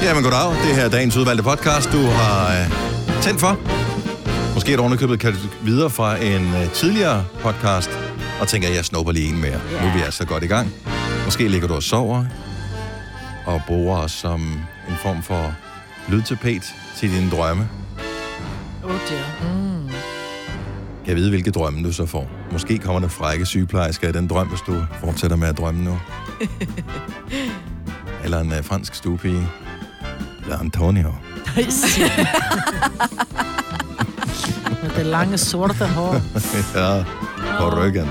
Goddag, men goddag. Det her er dagens udvalgte podcast, du har øh, tændt for. Måske er du ovenikøbet købet videre fra en øh, tidligere podcast, og tænker, jeg snupper lige en mere. Yeah. Nu er vi altså godt i gang. Måske ligger du og sover, og bruger os som en form for lydtapet til dine drømme. Oh dear. Mm. Jeg ved, hvilke drømme du så får. Måske kommer der frække sygeplejersker i den drøm, hvis du fortsætter med at drømme nu. Eller en øh, fransk stuepige. Eller Antonio. Med det lange sorte hår. ja, på ryggen.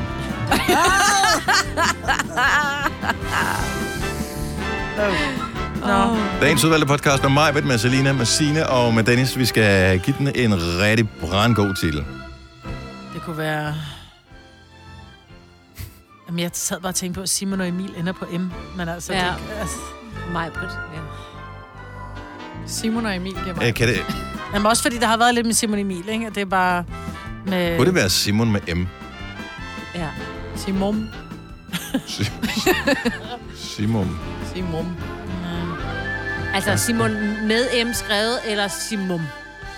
Nå. Dagens udvalgte podcast med mig, med Selina, med Sine og med Dennis. Vi skal give den en rigtig brandgod titel. Det kunne være... Jamen, jeg sad bare og tænkte på, at Simon og Emil ender på M. Men altså, Ja. ja. det, altså... Mig, Britt. Ja. Simon og Emil giver mig. Øh, kan det, Jamen, også fordi der har været lidt med Simon og Emil, ikke? Og det er bare med... kunne det være Simon med M? Ja. Simon. Simon. Simon. Altså Simon med M skrevet, eller Simon?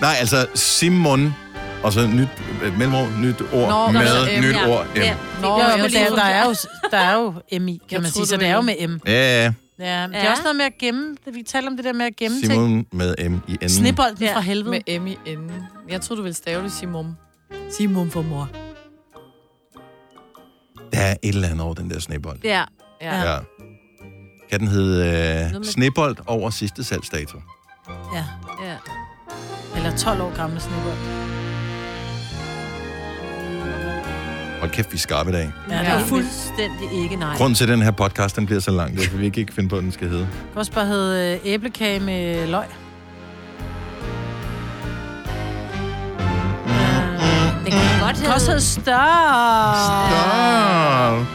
Nej, altså Simon, og så nyt, et mellemrum, nyt ord, Nå, med nyt ja. ord, M. Ja. Ja, Nå, jo, men der, der, er jo, der er jo MI, Jeg kan man sige, troede, så du det er jo mente- med M. ja, ja. Ja, men det Ja. er også noget med at gemme. Vi taler om Mm, det der med at gemme ting. Simon med M i enden. Snebolden Ja, fra helvede. Med M i enden. Jeg tror du ville stave det Simon. Simon for mor. Der er et eller andet over den der snebold. Ja. Ja. Ja. ja. ja. Kan den hedde øh, med- snebold over sidste salgsdato? Ja. ja. Eller 12 år gamle snebold. Hold kæft, vi er skarpe i dag. Ja, det Det er er ja. fuldt. fuldstændig ikke nej. Grunden til, at den her podcast den bliver så lang, det er, fordi vi ikke kan finde på, hvad den skal hedde. Det kan også bare hedde øh, æblekage med løg. Øh, Det kan godt Det kan også hedde større. Stop!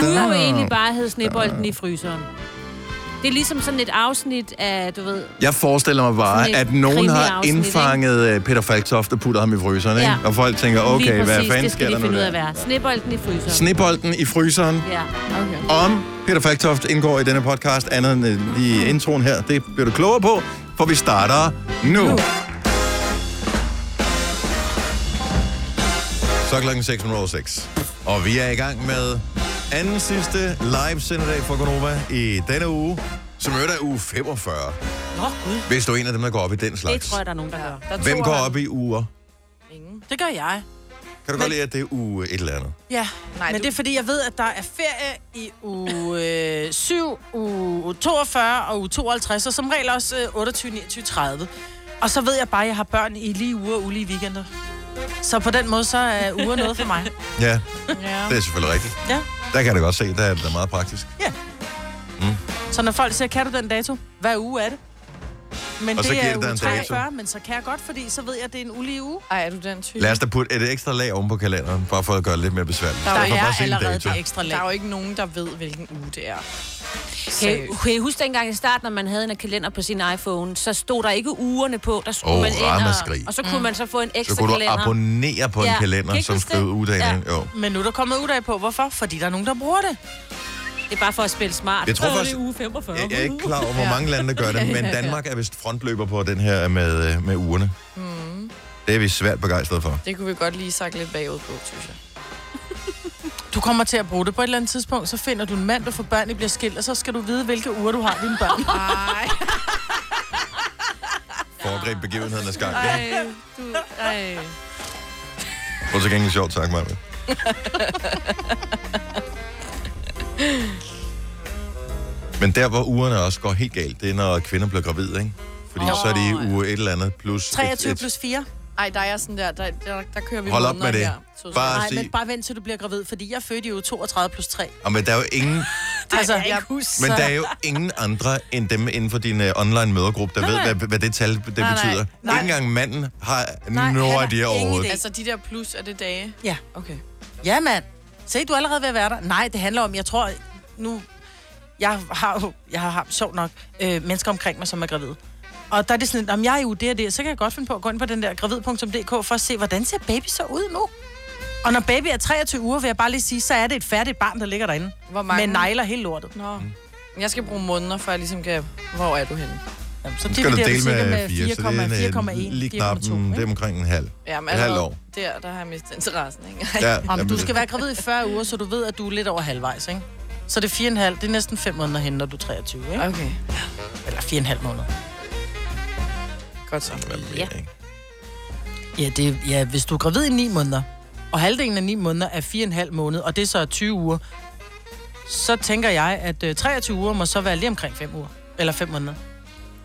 kunne jo egentlig bare hedde snebolden i fryseren. Det er ligesom sådan et afsnit af, du ved... Jeg forestiller mig bare, Sådan et at nogen har krimiafsnit, ikke? indfanget øh, Peter Falktoft og puttet ham i fryseren, ikke? Ja. Og folk tænker, lige okay, præcis, hvad fanden det skal sker de der nu finde ud af at der? være. Snebolden i fryseren. Snebolden i fryseren. ja. Okay. Om Peter Falktoft indgår i denne podcast, andet end øh, lige introen her, det bliver du klogere på, for vi starter nu. nu. Så er klokken 6.06. Og vi er i gang med anden sidste live sendedag for Gonova i denne uge, som i øvrigt er uge 45. Nå, Gud. Hvis du er en af dem, der går op i den Det slags. tror jeg, der er nogen, der gør. Der er Hvem to går af op i uger? Det gør jeg. Kan du godt lide, at det er uge et eller andet? Ja, Nej, Nej, men du- det er fordi, jeg ved, at der er ferie i uge øh, 7, uge 42 og uge 52, og som regel også øh, 28, 29, 30. Og så ved jeg bare, at jeg har børn i lige uger og ulige weekender. Så på den måde, så er uger noget for mig. Ja, Ja. det er selvfølgelig rigtigt. Ja. Der kan jeg da godt se, der er det da meget praktisk. Så når folk siger, kan du den dato? Hvad uge er det? Men Og så det giver er det dig uge en 43, men så kan jeg godt, fordi så ved jeg, at det er en ulige uge. Ej, er du den type? Lad os da putte et ekstra lag oven på kalenderen, bare for at gøre det lidt mere besværligt. Der Bare for er at se en dato. det ekstra Der er lag. jo ikke nogen, der ved, hvilken uge det er. Kan I, Seriøst. kan I huske dengang i starten, når man havde en kalender på sin iPhone, så stod der ikke ugerne på, der skulle Åh, man ind, ramaskrig. og, og så kunne man så få en Så ekstra kunne du kalender. abonnere på en Ja, kan kalender, I som huske skrev det? ugedagen. Ja. Ja. Jo. Men nu er der kommet ud af på. Hvorfor? Fordi der er nogen, der bruger det. Det er bare for at spille smart. Jeg tror Åh, faktisk- det er uge 45. Jeg jeg er ikke klar over, hvor mange lande, der gør det, men Danmark er vist frontløber på den her med, øh, med ugerne. Mm. Det er vi svært begejstrede for. Det kunne vi godt lige sagt lidt bagud på, synes jeg. Du kommer til at bruge det på et eller andet tidspunkt, så finder du en mand, du får børn, I bliver skilt, og så skal du vide, hvilke uger du har dine børn. Ah. Ej, Foregreb begivenhedernes gang. Ja. ej, du, ej. Prøv til gengæld sjovt, tak, Marvind. Men der, hvor ugerne også går helt galt, det er, når kvinder bliver gravide, ikke? Fordi oh, så er de i uge et eller andet plus... et- 23 et- plus 4. Ej, der er sådan der, der, der, der kører vi Hold op måneder med det. her. Så- Bare- Nej, sige- men bare vent til du bliver gravid, fordi jeg fødte jo 32 plus 3. Og men der er jo ingen Altså, jeg ikke huske. Men der er jo ingen andre end dem inden for din uh, online mødergruppe, der nej, ved, hvad, hvad det tal det nej, nej. betyder. Nej. Nej. Ikke engang manden har Nej, han nogen har idé ingen overhovedet. idé. Altså, de der plus, er det dage? Ja. Okay. Ja, mand. Se, du er allerede ved at være der. Nej, det handler om, jeg tror nu... Jeg har jo, jeg har haft, sjovt nok, øh, mennesker omkring mig, som er gravide. Og der er det sådan, om jeg er jo det og det, så kan jeg godt finde på at gå ind på den der gravid.dk for at se, hvordan ser baby så ud nu? Og når baby er 23 uger, vil jeg bare lige sige, så er det et færdigt barn, der ligger derinde. Hvor mange? Med negler helt lortet. Nå. Mm. Jeg skal bruge måneder, før jeg ligesom kan... Hvor er du henne? Jamen, Så skal du dividerer vi dele sikkert med 4, så det er en, øh, lige knap, 4,1, 4,2. mm, det er omkring en halv. Jamen, et halvt altså- allerede år. altså, Der, der har jeg mistet interessen, ikke? Ja, Jamen, du jamen, skal være gravid i 40 uger, så du ved, at du er lidt over halvvejs, ikke? Så det er 4,5, det er næsten 5 måneder hen, når du er 23, ikke? Okay, Eller 4,5 måneder. godt så. Hvad mere, Ja. ikke? Ja, det, ja, hvis du er gravid i 9 måneder, og halvdelen af 9 måneder er 4,5 måneder, og det så er 20 uger, så tænker jeg, at øh, 23 uger må så være lige omkring 5 uger. Eller 5 måneder.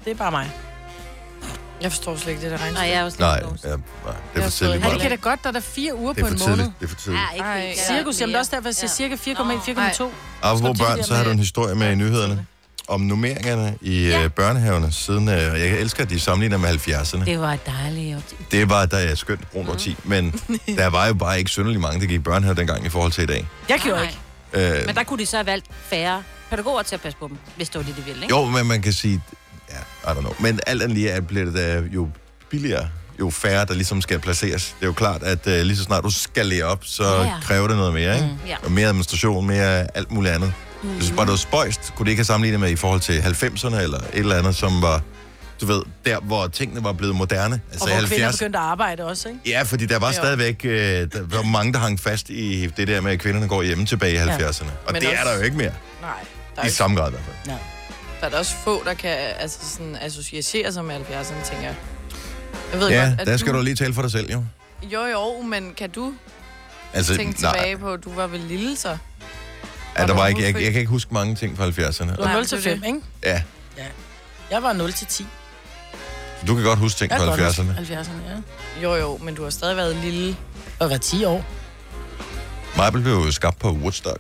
Det er bare mig. Jeg forstår slet ikke det der Nej, regnskab. jeg er også Nej, lidt ja, nej, det er for Jeg tidligt. Ja, det Ja, det kan Maja. da godt, der er 4 uger Det på er en for måned. tidligt. Det er for tidligt. Ja, ikke Ej, helt. Cirkus, jamen det er også derfor, jeg siger cirka 4,1, 4,2. Apropos Står børn, tidligere så har du en med- historie med i nyhederne om nummeringerne i ja. børnehaverne siden... Øh, og jeg elsker, at de sammenligner med 70'erne. Det var dejligt. og- Det var da jeg skønt brunt årti, men der var jo bare ikke synderlig mange, der gik i børnehave dengang i forhold til i dag. Jeg gjorde Nej. ikke. Øh, Men der kunne de så have valgt færre pædagoger til at passe på dem, hvis det var det, de ville, ikke? jo, men man kan sige... Ja, I don't know. Men alt andet lige er- bliver det da jo billigere, jo færre, der ligesom skal placeres. Det er jo klart, at øh, lige så snart du skal lære op, så ja, Ja, ja. ja. kræver det noget mere, ikke? Ja. Og mere administration, mere alt muligt andet. Mm. Jeg synes bare, det var spøjst. Kunne det ikke have sammenlignet med i forhold til 90'erne eller et eller andet, som var, du ved, der hvor tingene var blevet moderne. Altså Og hvor kvinder 70. begyndte at arbejde også, ikke? Ja, fordi der var stadigvæk øh, der var mange, der hang fast i det der med, at kvinderne går hjemme tilbage i 70'erne. altså, Og Men det er også- der jo ikke mere. Nej, der er, I ikke, samme grad i hvert fald. der er da også få, der kan altså, sådan, associere sig med 70'erne, tænker jeg. Jeg ved Ja, godt, at der skal du lige tale for dig selv, jo. Jo, jo, men kan du Altså, tænke tilbage på, at du var vel lille så? Ja, der var ikke, jeg, overhovedet jeg kan ikke huske mange ting fra 70'erne. Du var Nej, 0 til det er 5, ikke? Ja, Jeg var 0 til 10. Jeg du kan godt huske ting kan fra godt huske 70'erne. 70'erne, ja. Jo, jo, men du har stadig været lille. Og var 10 år. Mabel blev jo skabt på Woodstock.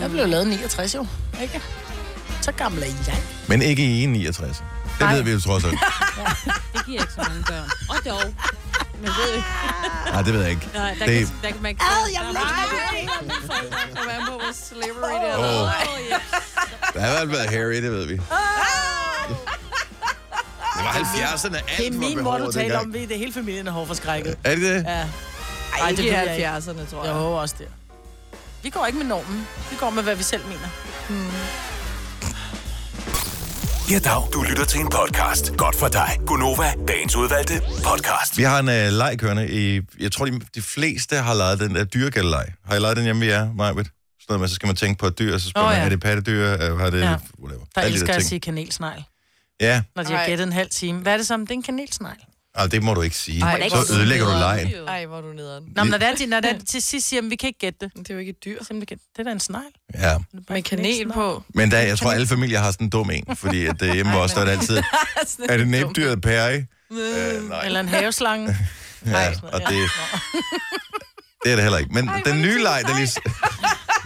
Jeg blev lavet i 69 jo, ikke? Så gammel er jeg. Men ikke i 69. Det ved vi jo trods alt. Det giver ikke så mange børn. Og dog. Men ved jo ikke. Nej, det ved jeg ikke. Nej, der, Det- det... kan, der kan man ikke... Ad, jeg vil Du var på vores slavery der. Åh, der har i hvert fald været Harry, det ved vi. Det var 70'erne, alt Det er min var mor, du behåret taler dengang. om, ved det. Hele familien er hårdforskrækket. Er det det? Ja. Ej, Ej, det det ikke ved jeg i ikke. 70'erne, tror Jeg jeg. håber også det. Vi går ikke med normen. Vi går med, hvad vi selv mener. Ja, dag. Du lytter til en podcast. Godt for dig. Gunova, dagens udvalgte podcast. Vi har en øh, leg kørende i... Jeg tror, de, de fleste har leget den der dyregældeleg. Har I leget den hjemme ved jer, Majbet? Sådan noget med, så skal man tænke på et dyr, og så spørger oh, Åh, ja. man, ja. er det pattedyr, øh, har det... Ja. Ja. Whatever. Der Alle de elsker jeg at ting. sige kanelsnegl, Ja, når de har Ej. gættet en halv time. Hvad er det som? Det er en kanelsnegl. altså, det må du ikke sige. Ej, Ej, hvor så er det ødelægger du nederen. lejen. Ej, hvor er du nederen. Nå, men når det er, de, når det er, de til sidst siger, at vi kan ikke gætte det. Det er jo ikke et dyr. Simpelthen, det er da en snegl. Ja. Det er bare Med en kanel kanelsnegl. på. Men der, jeg tror, alle familier har sådan en dum en, fordi at, øh, hjemme hos os, der er det altid... Er det næbdyret pære? Øh, nej. Eller en haveslange. Ja, og det, det er det heller ikke. Men Ej, den nye leg, der lige,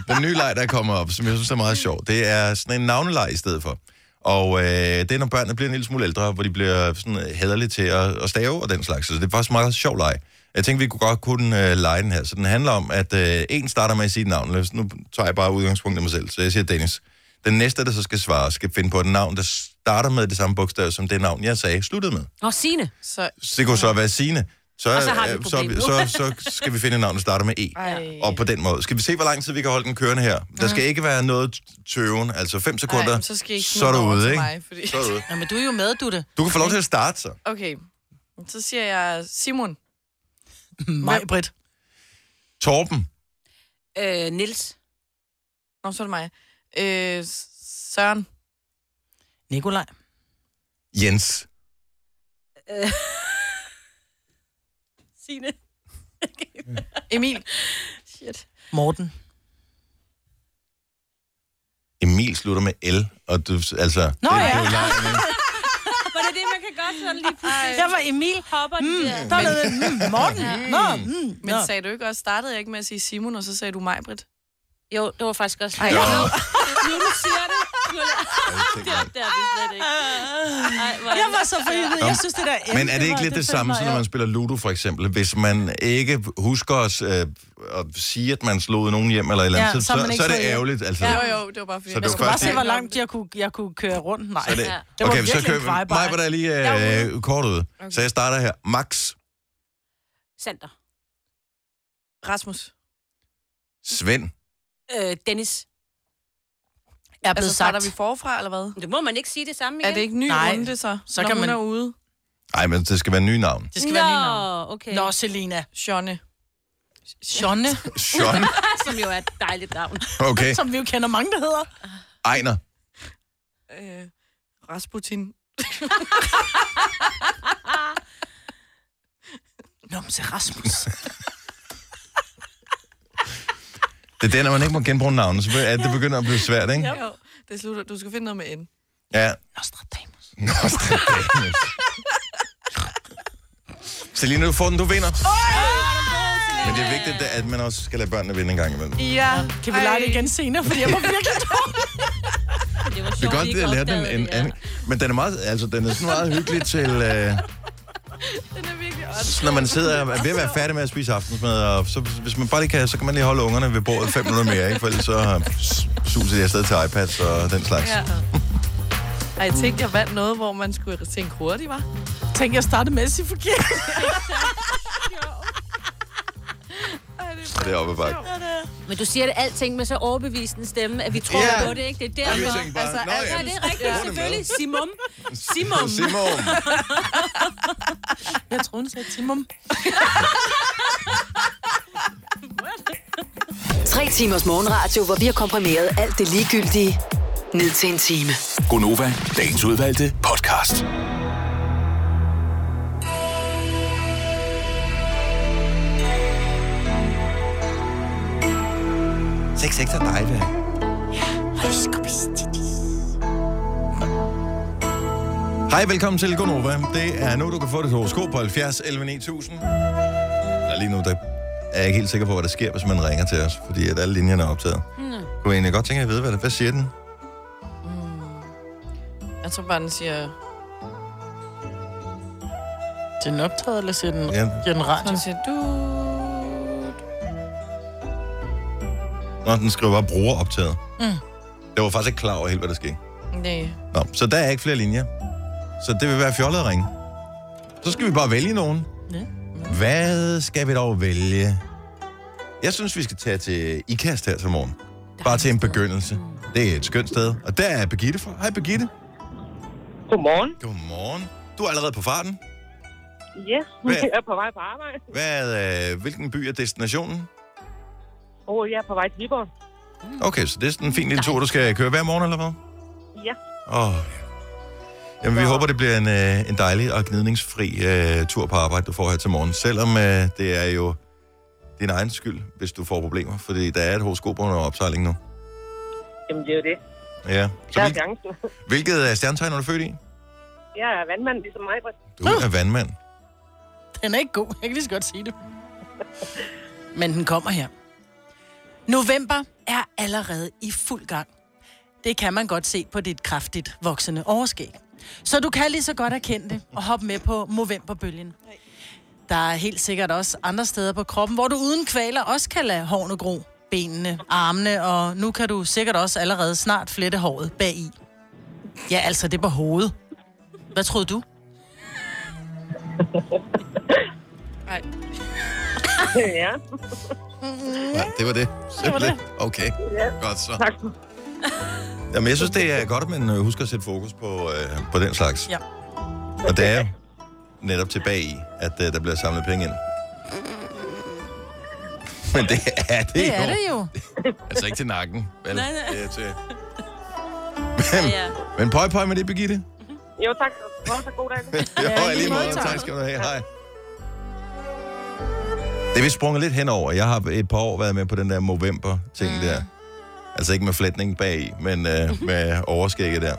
den nye leg, der kommer op, som jeg synes er meget sjov, det er sådan en navneleg i stedet for. Og øh, det er, når børnene bliver en lille smule ældre, hvor de bliver sådan hederlige til at, at stave og den slags. Så det er faktisk en meget sjov leg. Jeg tænkte, vi kunne godt kunne øh, lege den her. Så den handler om, at øh, en starter med at sige et navn. Lad os- Nu tager jeg bare udgangspunkt i mig selv, så jeg siger Dennis. Den næste, der så skal svare, skal finde på et navn, der starter med det samme bogstav, som det navn, jeg sagde, sluttede med. Nå, Signe. Så, Så det kunne så være Signe. Så, Og så har vi øh, et så, problem nu. så, så skal vi finde et navn, der starter med E. ej. Og på den måde. Skal vi se, hvor lang tid vi kan holde den kørende her? Der skal ikke være noget tøven. Altså 5 sekunder, men så skal I ikke så er du smutte over ude, til ikke? mig, fordi- Så er du ude. Nå, men du er jo med, du det. Du kan få lov til at starte, så. Okay, så siger jeg Simon. Mig, Britt. Torben. Øh, Nils. Nå, så er det mig. Øh, Søren. Nikolaj. Jens. Signe. Emil. Shit. Morten. Emil slutter med L. Og du, altså, Nå, det, ja. det er jo langt, ikke? Var det det, man kan godt sådan lige pludselig Jeg var Emil. hopper de der... Der var mm, Morten. Nå, mm, Men nå. sagde du ikke også, startede jeg ikke med at sige Simon, og så sagde du mig, Britt? Jo, det var faktisk også... Ej. Ej, Jo. nu du siger det. Nu er det- Det opdager vi slet ikke. Ej, hvor er Jeg var det- så forhyldet. Jeg synes, det der emne, Men er det ikke var- lidt det fandt samme, mig som når af. man spiller Ludo, for eksempel? Hvis man ikke husker os, øh, at sige, at man slog nogen hjem eller et eller andet, Ja, så, så har man så, ikke så er det slået hjem. ærgerligt. Altså, Jo, jo, det var bare fordi... Så det jeg var skulle Bare først se, i- hvor langt jeg kunne, jeg kunne køre rundt. Nej, Så er det, Ja. det var okay, så virkelig kører en vi. kvejbar. Mig var der lige øh, kort ud. Okay. Så jeg starter her. Max, Sander. Rasmus. Svend, Øh, Dennis. er blevet Altså, sagt. starter vi forfra, eller hvad? Det må man ikke sige det samme igen. Er det ikke ny Nej. runde, så? Så når kan hun man- er ude. Nej, men det skal være nye navn. Det skal Nå. være lige navn. Nå, okay. Nå, Selina. Shonne. Jonne, Sean. Som jo er et dejligt navn. Okay. som vi jo kender mange, der hedder. Ejner. Øh, Rasputin. Numse Rasmus. Det er den, at man ikke må genbruge navnet, så er det begynder at blive svært, ikke? Jo. Det slutter. Du skal finde noget med N. Ja. Nostradamus. Nostradamus. Selina, du får den, du vinder. Men det er vigtigt, at man også skal lade børnene vinde en gang imellem. Ja. Kan vi lege det igen senere, fordi jeg må virkelig tro. Det var sjovt, Det er godt, vi det at lære opdagede den en det, ja. anden... Men den er, meget, altså, den er sådan meget hyggelig til... Øh, Den er virkelig sådan, når man sidder og er ved at være færdig med at spise aftensmad, og så, hvis man bare lige kan, så kan man lige holde ungerne ved bordet fem minutter mere, ikke? For ellers så øh, suser de afsted til iPads og den slags. Ja. Ej, jeg tænkte, jeg vandt noget, hvor man skulle tænke hurtigt, var. Tænk, jeg startede med at sige forkert. Så det er oppe bakke. Men du siger det alting med så overbevisende stemme, at vi tror Ja. på det, ikke? Det er derfor. tænker bare, Altså, nå altså, Ja, det er rigtigt, Simone er selvfølgelig. med. Simum. Simum. Simon. Jeg troede, hun sagde Timum. Tre timers morgenradio, hvor vi har komprimeret alt det ligegyldige ned til en time. Gonova, dagens udvalgte podcast. Sex, sex er dejligt. Hej, velkommen til Gonova. Det er nu, du kan få dit horoskop på 70 11 9000. Eller lige nu, der er jeg ikke helt sikker på, hvad der sker, hvis man ringer til os, fordi at alle linjerne er optaget. Mm. Kunne jeg egentlig godt tænke, at jeg ved, hvad, det, hvad siger den? Jeg tror bare, den siger... Til den optaget, eller siger den, Ja. ja. den radio? Den siger, du... Nå, den skriver bare bruger optaget. Mm. Jeg var faktisk ikke klar over helt, hvad der skete. Nej. Nå, så der er ikke flere linjer. Så det vil være fjollet at ringe. Så skal vi bare vælge nogen. Ja. Hvad skal vi dog vælge? Jeg synes, vi skal tage til IKAST her til morgen. Bare til en begyndelse. Det er et skønt sted. Og der er Birgitte fra. Hej Birgitte. Godmorgen. Godmorgen. Du er allerede på farten. Yes, Hvad- jeg er på vej på arbejde. Hvad, øh, hvilken by er destinationen? Og jeg er på vej til Viborg. Okay, så det er sådan en fin lille tur, du skal køre hver morgen, eller hvad? Ja, Åh, ja. Jamen, vi håber, det bliver en, øh, en dejlig og gnidningsfri øh, tur på arbejde, du får her til morgen. Selvom øh, det er jo din egen skyld, hvis du får problemer, fordi der er et horoskop under opsejling nu. jamen det er jo det. Ja. Så Der er hvil, chancen. hvilket øh, stjernetegn er du født i? Jeg er vandmand ligesom mig. Du er vandmand. Den er ikke god. Jeg kan lige så godt sige det. Men den kommer her. November er allerede i fuld gang. Det kan man godt se på dit kraftigt voksende overskæg. Så du kan lige så godt erkende det og hoppe med på Movemberbølgen. Der er helt sikkert også andre steder på kroppen, hvor du uden kvaler også kan lade hårene gro, benene, armene, og nu kan du sikkert også allerede snart flette håret bagi. Ja, altså det er på hovedet. Hvad troede du? Ej. ja, Ja, det var det. Simpelthen. Okay, godt så. tak. Jamen, jeg synes, det er godt, at man øh, husker at sætte fokus på, øh, på den slags. Ja. Og det er jo netop tilbage i, at øh, der bliver samlet penge ind. Men det er det, Det er jo. det jo. Altså ikke til nakken, vel? Nej, nej. Det er til... Men, Ja. men pøj, pøj med det, Birgitte. Jo, tak. Hold så god dag. Jo, ja, lige måde, måde. tak. Tak skal du have. Hej. Det er vi sprunget lidt henover. Jeg har et par år været med på den der Movember-ting mm. der. Altså ikke med flætning bag, men øh, med overskægget der.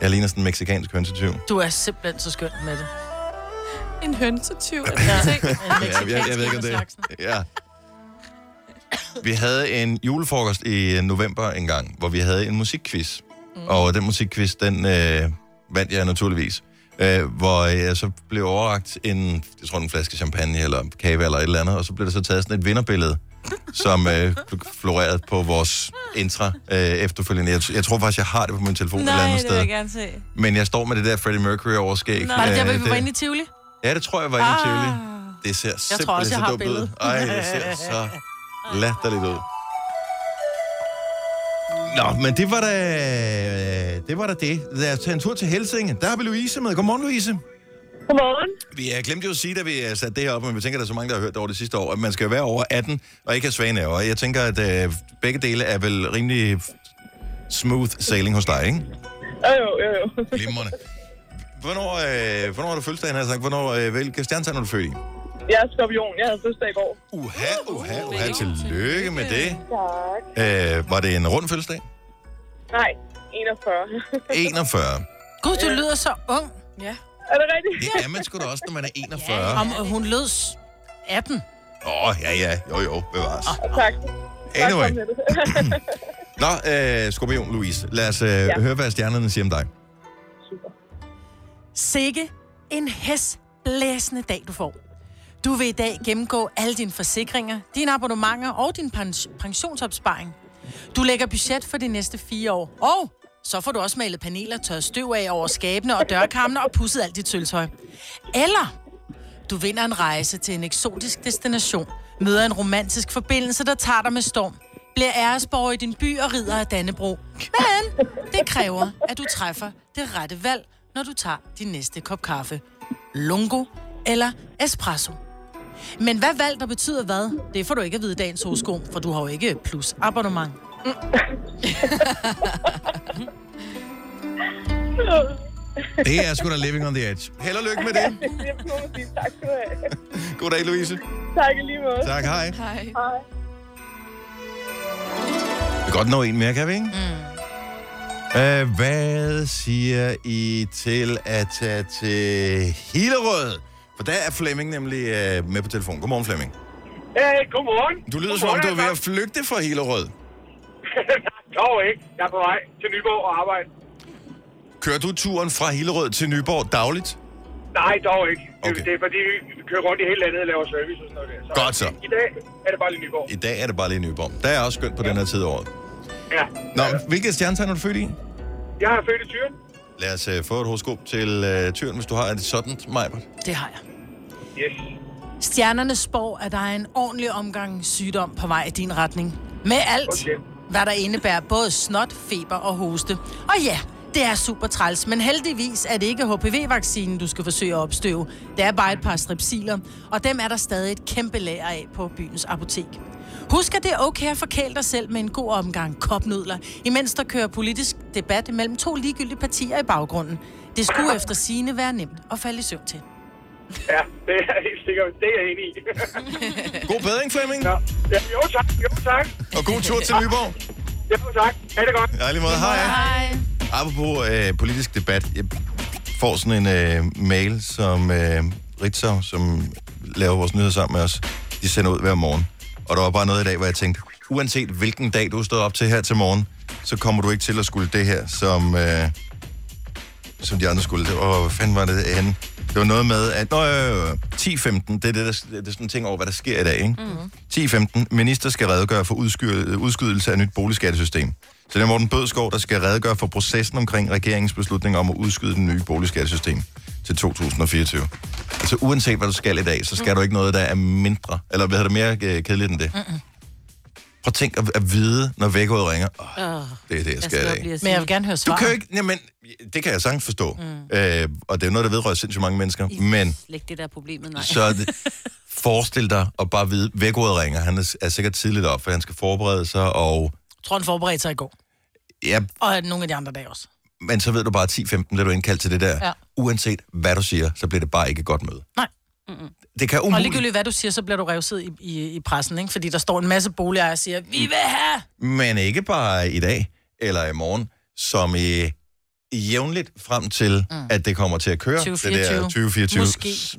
Jeg ligner sådan en meksikansk hønsetyv. Du er simpelthen så skøn med det. En hønsetyv. Er det en ting? Ja, jeg, jeg, jeg ved ikke, om det Ja. Vi havde en julefrokost i øh, november engang, hvor vi havde en musikquiz. Mm. Og den musikquiz, den øh, vandt jeg naturligvis. Øh, hvor jeg så blev overragt en, jeg tror, en flaske champagne eller kage eller et eller andet, og så blev der så taget sådan et vinderbillede, som øh, florerede på vores intra øh, efterfølgende. Jeg, jeg tror faktisk, jeg har det på min telefon et eller andet sted. gerne se. Men jeg står med det der Freddie Mercury overskæg. Var det der, Øh, hvor vi var inde i Tivoli? Ja, det tror jeg var inde i Tivoli. Det ser simpelthen tror også, Ah. jeg så har dumt ud. billedet. Ej, det ser så latterligt ud. Nå, men det var da øh, det. Var da det. Lad os tage en tur til Helsinge. Der har vi Louise med. Godmorgen, Louise. Godmorgen. Vi øh, glemte jo at sige, da vi øh, satte det her op, men vi tænker, der er så mange, der har hørt det over det sidste år, at man skal være over 18 og ikke have svage nerver. Jeg tænker, at øh, begge dele er vel rimelig smooth sailing hos dig, ikke? Jo, jo, jo, jo. Glimrende. Hvornår, øh, hvornår har du fødselsdag, altså? Hvornår, øh, hvilke stjernetegn er du født i? Jeg er skorpion. Jeg havde fødselsdag i går. Uha, uha, uha. Tillykke med det. Tak. Øh, var det en rund fødselsdag? Nej, 41. 41. Gud, du lyder så ung. Ja. er det rigtigt? Det er man sgu da også, når man er 41. Åh, Om, og hun lød s- 18. oh, ja, ja. Jo, jo. Bevares. Tak. Ah, Tak for Altså. Anyway. det. Nå, øh, Skorpion Louise, lad os øh, ja. høre, hvad stjernerne siger om dig. Super. Sikke en hæsblæsende dag, du får. Du vil i dag gennemgå alle dine forsikringer, dine abonnementer og din pens- pensionsopsparing. Du lægger budget for de næste fire år. Og så får du også malet paneler, tørret støv af over skabene og dørkammene og pudset alt dit sølvtøj. Eller du vinder en rejse til en eksotisk destination, møder en romantisk forbindelse, der tager dig med storm, bliver æresborger i din by og rider af Dannebro. Men det kræver, at du træffer det rette valg, når du tager din næste kop kaffe. Lungo eller espresso. Men hvad valg, der betyder hvad, det får du ikke at vide i dagens hosko, for du har jo ikke plus abonnement. Det er sgu da living on the edge. Held og lykke med det. Det er nogen sige tak skal du have. Goddag, Louise. Tak i lige måde. Tak, hej. Hej. Vi kan godt nå en mere, kan vi ikke? Mm. Øh, hvad siger I til at tage til Hillerød? For der er Flemming nemlig øh, med på telefon. Godmorgen, Flemming. Øh, godmorgen. Du lyder som om, du er ved at flygte fra Hillerød. Dog ikke. Jeg er på vej til Nyborg og arbejde. Kører du turen fra Hillerød til Nyborg dagligt? Nej, dog ikke. Det, Okay. okay. det er fordi, vi kører rundt i hele landet og laver service og sådan noget der. Så Godt så. I dag er det bare lige Nyborg. I dag er det bare lige Nyborg. Der er også skønt på ja. den her tid af året. Ja. Nå, hvilket stjernetegn er du født i? Jeg er født i Tyren. Lad os øh, få et horoskop til øh, tyren, hvis du har et sådan, Majbert. Det har jeg. Yes. Stjernerne spår, at der er en ordentlig omgang sygdom på vej i din retning. Med alt, Okay. hvad der indebærer både snot, feber og hoste. Og ja, det er super træls, men heldigvis er det ikke HPV-vaccinen, du skal forsøge at opstøve. Det er bare et par strepsiler, og dem er der stadig et kæmpe lager af på byens apotek. Husk, at det er okay at forkæle dig selv med en god omgang kopnudler, imens der kører politisk debat mellem to ligegyldige partier i baggrunden. Det skulle efter sigende være nemt at falde i søvn til. Ja, det er helt sikkert. Det er jeg enig i. God bedring, Flemming, Nå. ja, jo tak, jo tak. og god tur til Nyborg. Jo tak. Ha' det godt. Ja, lige måde. Hej. Hej. Apropos øh, politisk debat, jeg får sådan en øh, mail, som øh, Ritzau, som laver vores nyheder sammen med os, de sender ud hver morgen. Og der var bare noget i dag, hvor jeg tænkte, uanset hvilken dag du stod op til her til morgen, så kommer du ikke til at skulle det her, som, øh, som de andre skulle. Det var, hvad fanden var det henne? Det var noget med, at nå, øh, øh, 10.15, det er, det, der, det er sådan en ting over, hvad der sker i dag, ikke? Mm-hmm. 10.15, minister skal redegøre for udsky- udskydelse af nyt boligskattesystem. Så det er Morten Bødskov, der skal redegøre for processen omkring regeringens beslutning om at udskyde den nye boligskattesystem til 2024. Altså uanset hvad du skal i dag, så skal mm. du ikke noget, der er mindre, eller hvad hedder det, mere øh, kedeligt end det. Mm-mm. Prøv at tænk at, at vide, når vækkeuret ringer, oh, Åh, det er det, jeg Ah. jeg skal, skal i nok dag. blive at Ah. Men sige. jeg vil gerne høre Du svar. kan jo ikke... Jamen, det kan jeg sagtens forstå. Mm. Øh, og det er jo noget, der vedrører sindssygt mange mennesker. Men Læg det der problemet, nej. så er det, forestil dig at bare vide, vækkeordet ringer. Han er, er sikkert tidligt op, for han skal forberede sig, og Jeg tror, han forberedte sig i går. ja, Og nogle af de andre dage også. men så ved du bare, at 10-15 bliver du indkaldt til det der. Ja. Uanset hvad du siger, så bliver det bare ikke et godt møde. Nej. Det kan Og umuligt, ligegyldigt hvad du siger, så bliver du revset i, i, i pressen, ikke? Fordi der står en masse boligejere og siger, vi vil have! men ikke bare i dag eller i morgen, som i jævnligt frem til, mm. at det kommer til at køre. Det der 2024. 2024. Måske. S-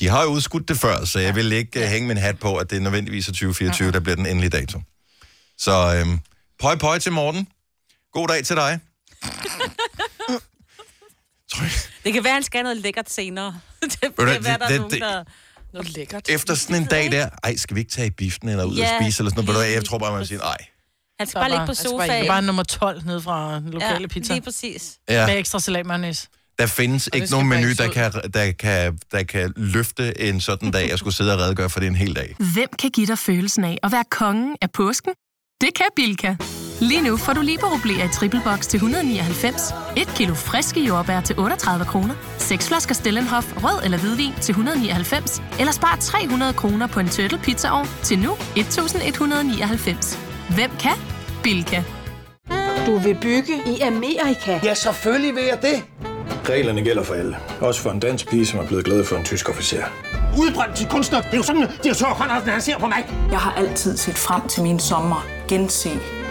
De har jo udskudt det før, så jeg vil ikke uh, hænge min hat på, at det er nødvendigvis er 2024, der bliver den endelige dato. Så øhm, pøj pøj til Morten. God dag til dig. Tror jeg- Det kan være, han skal have noget lækkert senere. det kan du, være, det- der er det- nogen, det- der... Noget lækkert. Efter sådan en dag der, ej, skal vi ikke tage i biffen eller ud Ja, og spise eller sådan noget? Ved du hvad, Jeg lige tror bare, man siger, nej. Han skal bare ligge på han skal bare sofaen. Det er bare nummer 12 ned fra den lokale ja, pizza. lige præcis. Ja. Med ekstra salat mayonnaise. Der findes ikke skal nogen bare menu, ikke der kan, der, kan, der kan løfte en sådan dag. Jeg skulle sidde og redegøre for det en hel dag. Hvem kan give dig følelsen af at være kongen af påsken? Det kan Bilka! Lige nu får du liberobleer i triple box til 199, et kilo friske jordbær til 38 kroner, seks flasker Stellenhof rød eller hvidvin til 199, eller spar 300 kroner på en turtle pizzaovn til nu 1199. Hvem kan? Bilka. Du vil bygge i Amerika? Ja, selvfølgelig vil jeg det. Reglerne gælder for alle. Også for en dansk pige, som er blevet glad for en tysk officer. Udbrændt til kunstner. Det er jo sådan, at de har Conradsen, han ser på mig. Jeg har altid set frem til min sommer. Gense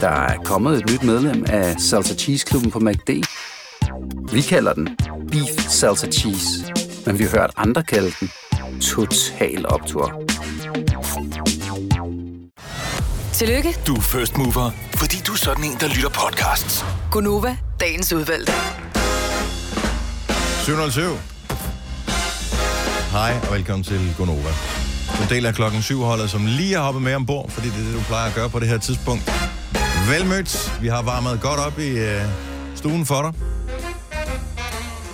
Der er kommet et nyt medlem af Salsa Cheese Klubben på MACD. Vi kalder den Beef Salsa Cheese, men vi har hørt andre kalde den Total Optor. Tillykke, Du er first mover, fordi du er sådan en, der lytter podcasts. Gunova, dagens udvalgte. 707. Hej og velkommen til Gonova. En del af klokken syv holdet, som lige har hoppet med ombord, fordi det er det, du plejer at gøre på det her tidspunkt. Velmødt. Vi har varmet godt op i øh, stuen for dig.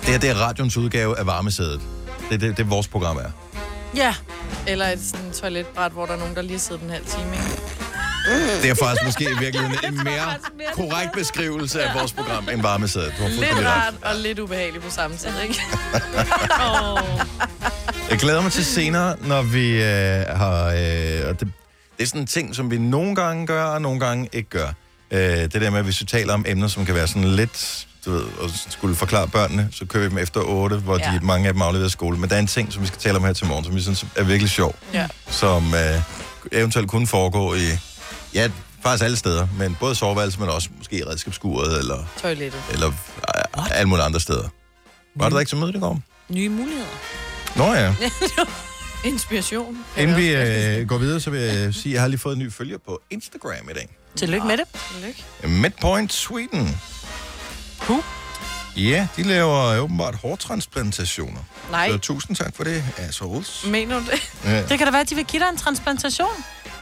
Det her det er radioens udgave af varmesædet. Det er det, det, vores program er. Ja. Eller et sådan toiletbræt, hvor der er nogen, der lige har siddet en halv time. Det er faktisk måske i virkeligheden en mere korrekt beskrivelse af vores program end varmesædet. Du har Lidt fuldstændig ret. rart og lidt ubehageligt på samme tid, ikke? Jeg glæder mig til senere, når vi øh, har... Øh, og det, det er sådan en ting, som vi nogle gange gør, og nogle gange ikke gør. Øh, det der med, at hvis vi taler om emner, som kan være sådan lidt... Du ved, og skulle forklare børnene, så kører vi dem efter 8, hvor ja. Ja. de, mange af dem afleverer skole. Men der er en ting, som vi skal tale om her til morgen, som vi synes er virkelig sjov. Ja. Som øh, eventuelt kunne foregå i... Ja, faktisk alle steder, men både soveværelse, men også måske i redskabsskuret, eller, Toilettet. eller øh, alle mulige andre steder. Var det der ikke så møde det går? Nye muligheder. Nå ja. Inspiration. Inden vi øh, går videre, så vil jeg sige, at jeg har lige fået en ny følger på Instagram i dag. Tillykke med det. Tillykke. Midpoint Sweden. Who? Ja, de laver åbenbart hårtransplantationer. Nej. Mm. Så tusind tak for det, assholes. Mener du det? Ja. Det kan da være, at de vil give dig en transplantation.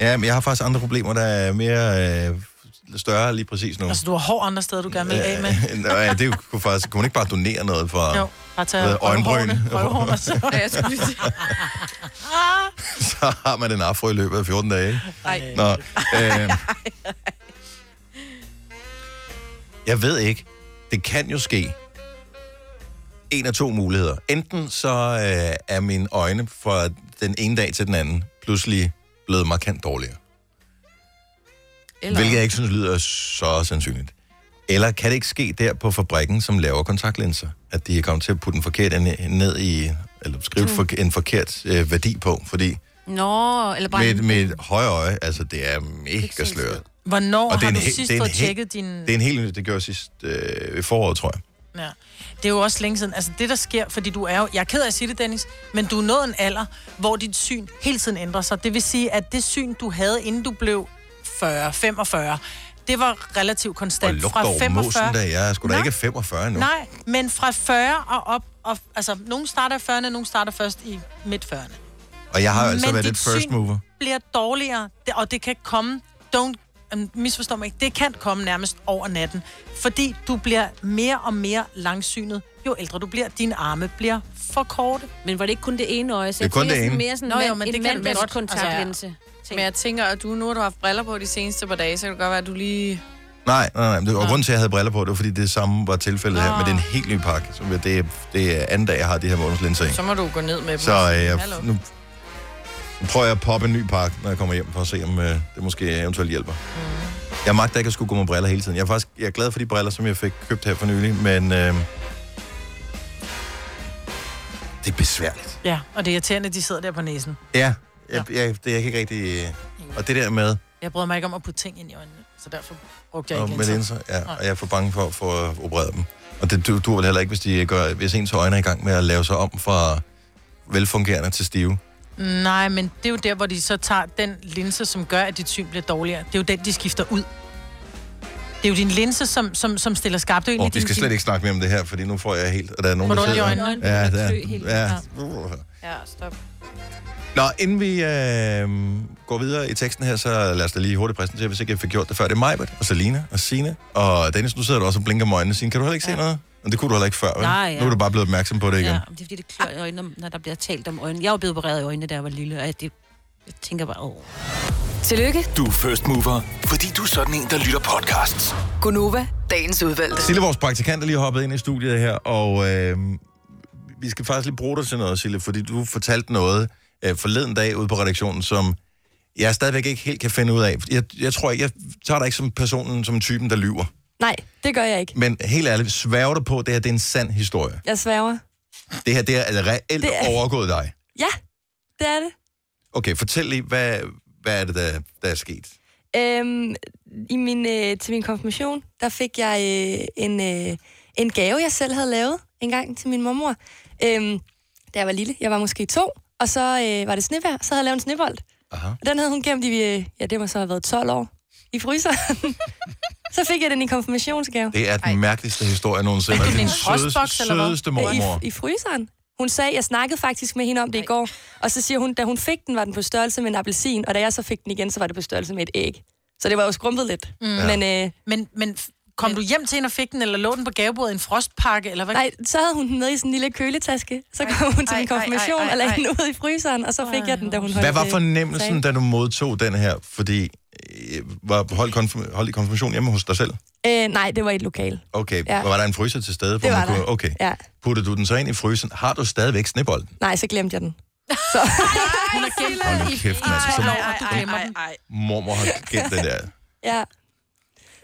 Ja, men jeg har faktisk andre problemer, der er mere øh, større lige præcis nu. Altså, du har hår andre steder, du gerne vil af med. Øh, Nå, ja, det kunne faktisk... Kunne man ikke bare donere noget fra... Jo, bare Hvad, tage øjenbryn? Røvhårene, så. Ja, jeg skulle lige Ah. Så har man en afro i løbet af 14 dage. Nej. Nå, øh, jeg ved ikke. Det kan jo ske. En af to muligheder. Enten så øh, er mine øjne fra den ene dag til den anden pludselig blevet markant dårligere. Eller... Hvilket jeg ikke synes lyder så sandsynligt. Eller kan det ikke ske der på fabrikken, som laver kontaktlinser? At de er kommet til at putte en forkert ned- ned i, eller skrive Mm. mm. en forkert øh, værdi på, fordi Nå, eller bare... med, et- med et højre øje, altså det er mega sløret. Hvornår Og det er har en du hel- sidst det er en fået hel- tjekket din... Det er en helt ny, det gjorde jeg sidst øh, i foråret, tror jeg. Ja. Det er jo også længe siden. Altså det, der sker, fordi du er jo... Jeg er ked af at sige det, Dennis, men du er nået en alder, hvor dit syn hele tiden ændrer sig. Det vil sige, at det syn, du havde, inden du blev 40, 45, det var relativt Og konstant. lugter over mosen, da jeg er sgu da Nå. ikke 45 endnu. Nej, men fra 40 og op... Og, altså, nogen starter i 40'erne, nogen starter først i midt-40'erne. Og jeg har jo altså Men været dit lidt first syn mover. bliver dårligere, det- og det kan komme, don't, øhm, misforstå mig ikke, det kan komme nærmest over natten, fordi du bliver mere og mere langsynet, jo ældre du bliver. Dine arme bliver for korte. Men var det ikke kun det ene øje? Det er kun det ene. mere sådan en mand- en mandagskontaktlinse. Altså, ja. Men jeg tænker, at du nu har du haft briller på de seneste par dage, så kan det godt være, at du lige... Nej, nej, nej. Det- Og grunden til, at jeg havde briller på, det var, fordi det samme var tilfældet her. Nå. Men det er en helt ny pakke. Så det, er, det er anden dag, jeg har de her månedslinser i. Så må du gå ned med dem. Så øh, jeg, Hallo. nu, nu prøver jeg at poppe en ny pakke, når jeg kommer hjem, for at se, om øh, det måske eventuelt hjælper. Jeg magter ikke at skulle gå med briller hele tiden. Jeg er faktisk jeg er glad for de briller, som jeg fik købt her for nylig, men øh, det er besværligt. Ja, og det er irriterende, at de sidder der på næsen. Ja, jeg, jeg, det er jeg ikke rigtig... Øh, og det der med, Jeg bryder mig ikke om at putte ting ind i øjnene, så derfor brugte jeg og ikke med linser, ja, og jeg er for bange for at få opereret dem. Og det du, du vel heller ikke, hvis, de gør, hvis ens øjne er i gang med at lave sig om fra velfungerende til stive. Nej, men det er jo der, hvor de så tager den linse, som gør, at dit syn bliver dårligere. Det er jo den, de skifter ud. Det er jo din linse, som, som, som stiller skarpt. Det er jo Og egentlig din- vi skal slet ikke snakke mere om det her, fordi nu får jeg helt... Og der er nogen, Får der du ondt i sidder... øjnene? Ja, Du der, kan klø helt. ja. Ja, stop. Nå, inden vi øh, går videre i teksten her, så lad os da lige hurtigt præsentere, hvis ikke jeg fik gjort det før. Det er Majbert, og Selina, og Sine og Dennis. Nu sidder du også og blinker med øjnene. Signe, kan du heller ikke ja. se noget? Og det kunne du heller ikke før, vel? Nej, ja. Nu er du bare blevet opmærksom på det igen. Ja, men det er fordi, det klør i øjnene, når der bliver talt om øjnene. Jeg var blevet opereret i øjnene, da jeg var lille, og jeg, det, jeg tænker bare, åh. Tillykke. Du er first mover, fordi du er sådan en, der lytter podcasts. Gunova, dagens udvalgte. Sille, vores praktikant, er lige hoppet ind i studiet her, og øh, vi skal faktisk lige bruge dig til noget, Sille, fordi du fortalte noget øh, forleden dag ude på redaktionen, som jeg stadigvæk ikke helt kan finde ud af. Jeg, jeg tror ikke, jeg tager dig ikke som personen, som typen, der lyver. Nej, det gør jeg ikke. Men helt ærligt, sværger du på, at det her det er en sand historie? Jeg sværger. Det her det er altså reelt Det det er- er... overgået dig. Ja, det er det. Okay, fortæl lige, hvad, hvad er det, der, der er sket? Øhm, i min, øh, til min konfirmation, der fik jeg øh, en, øh, en gave, jeg selv havde lavet en gang til min mormor. Øhm, da jeg var lille, jeg var måske to, og så øh, var det snevejr, så havde jeg lavet en snebold. Aha. Og den havde hun gemt i, øh, ja, det må så have været 12 år, i fryseren. så fik jeg den i konfirmationsgave. Det er den Ej. mærkeligste historie nogensinde. Er og det din en sødeste, sødeste mormor. I, I fryseren. Hun sagde, jeg snakkede faktisk med hende om det i går, og så siger hun, da hun fik den, var den på størrelse med en appelsin, og da jeg så fik den igen, så var det på størrelse med et æg. Så det var jo skrumpet lidt. Mm. Ja. Men, øh, men, men kom du hjem til hende og fik den, eller lå den på gavebordet i en frostpakke, eller hvad? Nej, så havde hun den med i sådan en lille køletaske. Så kom hun til min konfirmation ej, ej, og lagde ej. den ud i fryseren, og så fik jeg den, da hun holdt Hvad var øh, fornemmelsen, tale. da du modtog den her? Fordi øh, var holdt, konfirm- holdt I konfirmation hjemme hos dig selv? Øh, nej, det var i et lokal. Okay, Ja. ja. var der en fryser til stede? Hvor Det var man kunne, der. Okay. Ja. Puttede du den så ind i frysen? Har du stadigvæk snebolden? Nej, så glemte jeg den. Så. Hun har gemt Hold nu kæft, mand. Så ej, ej. mormor har gemt den der. Ja.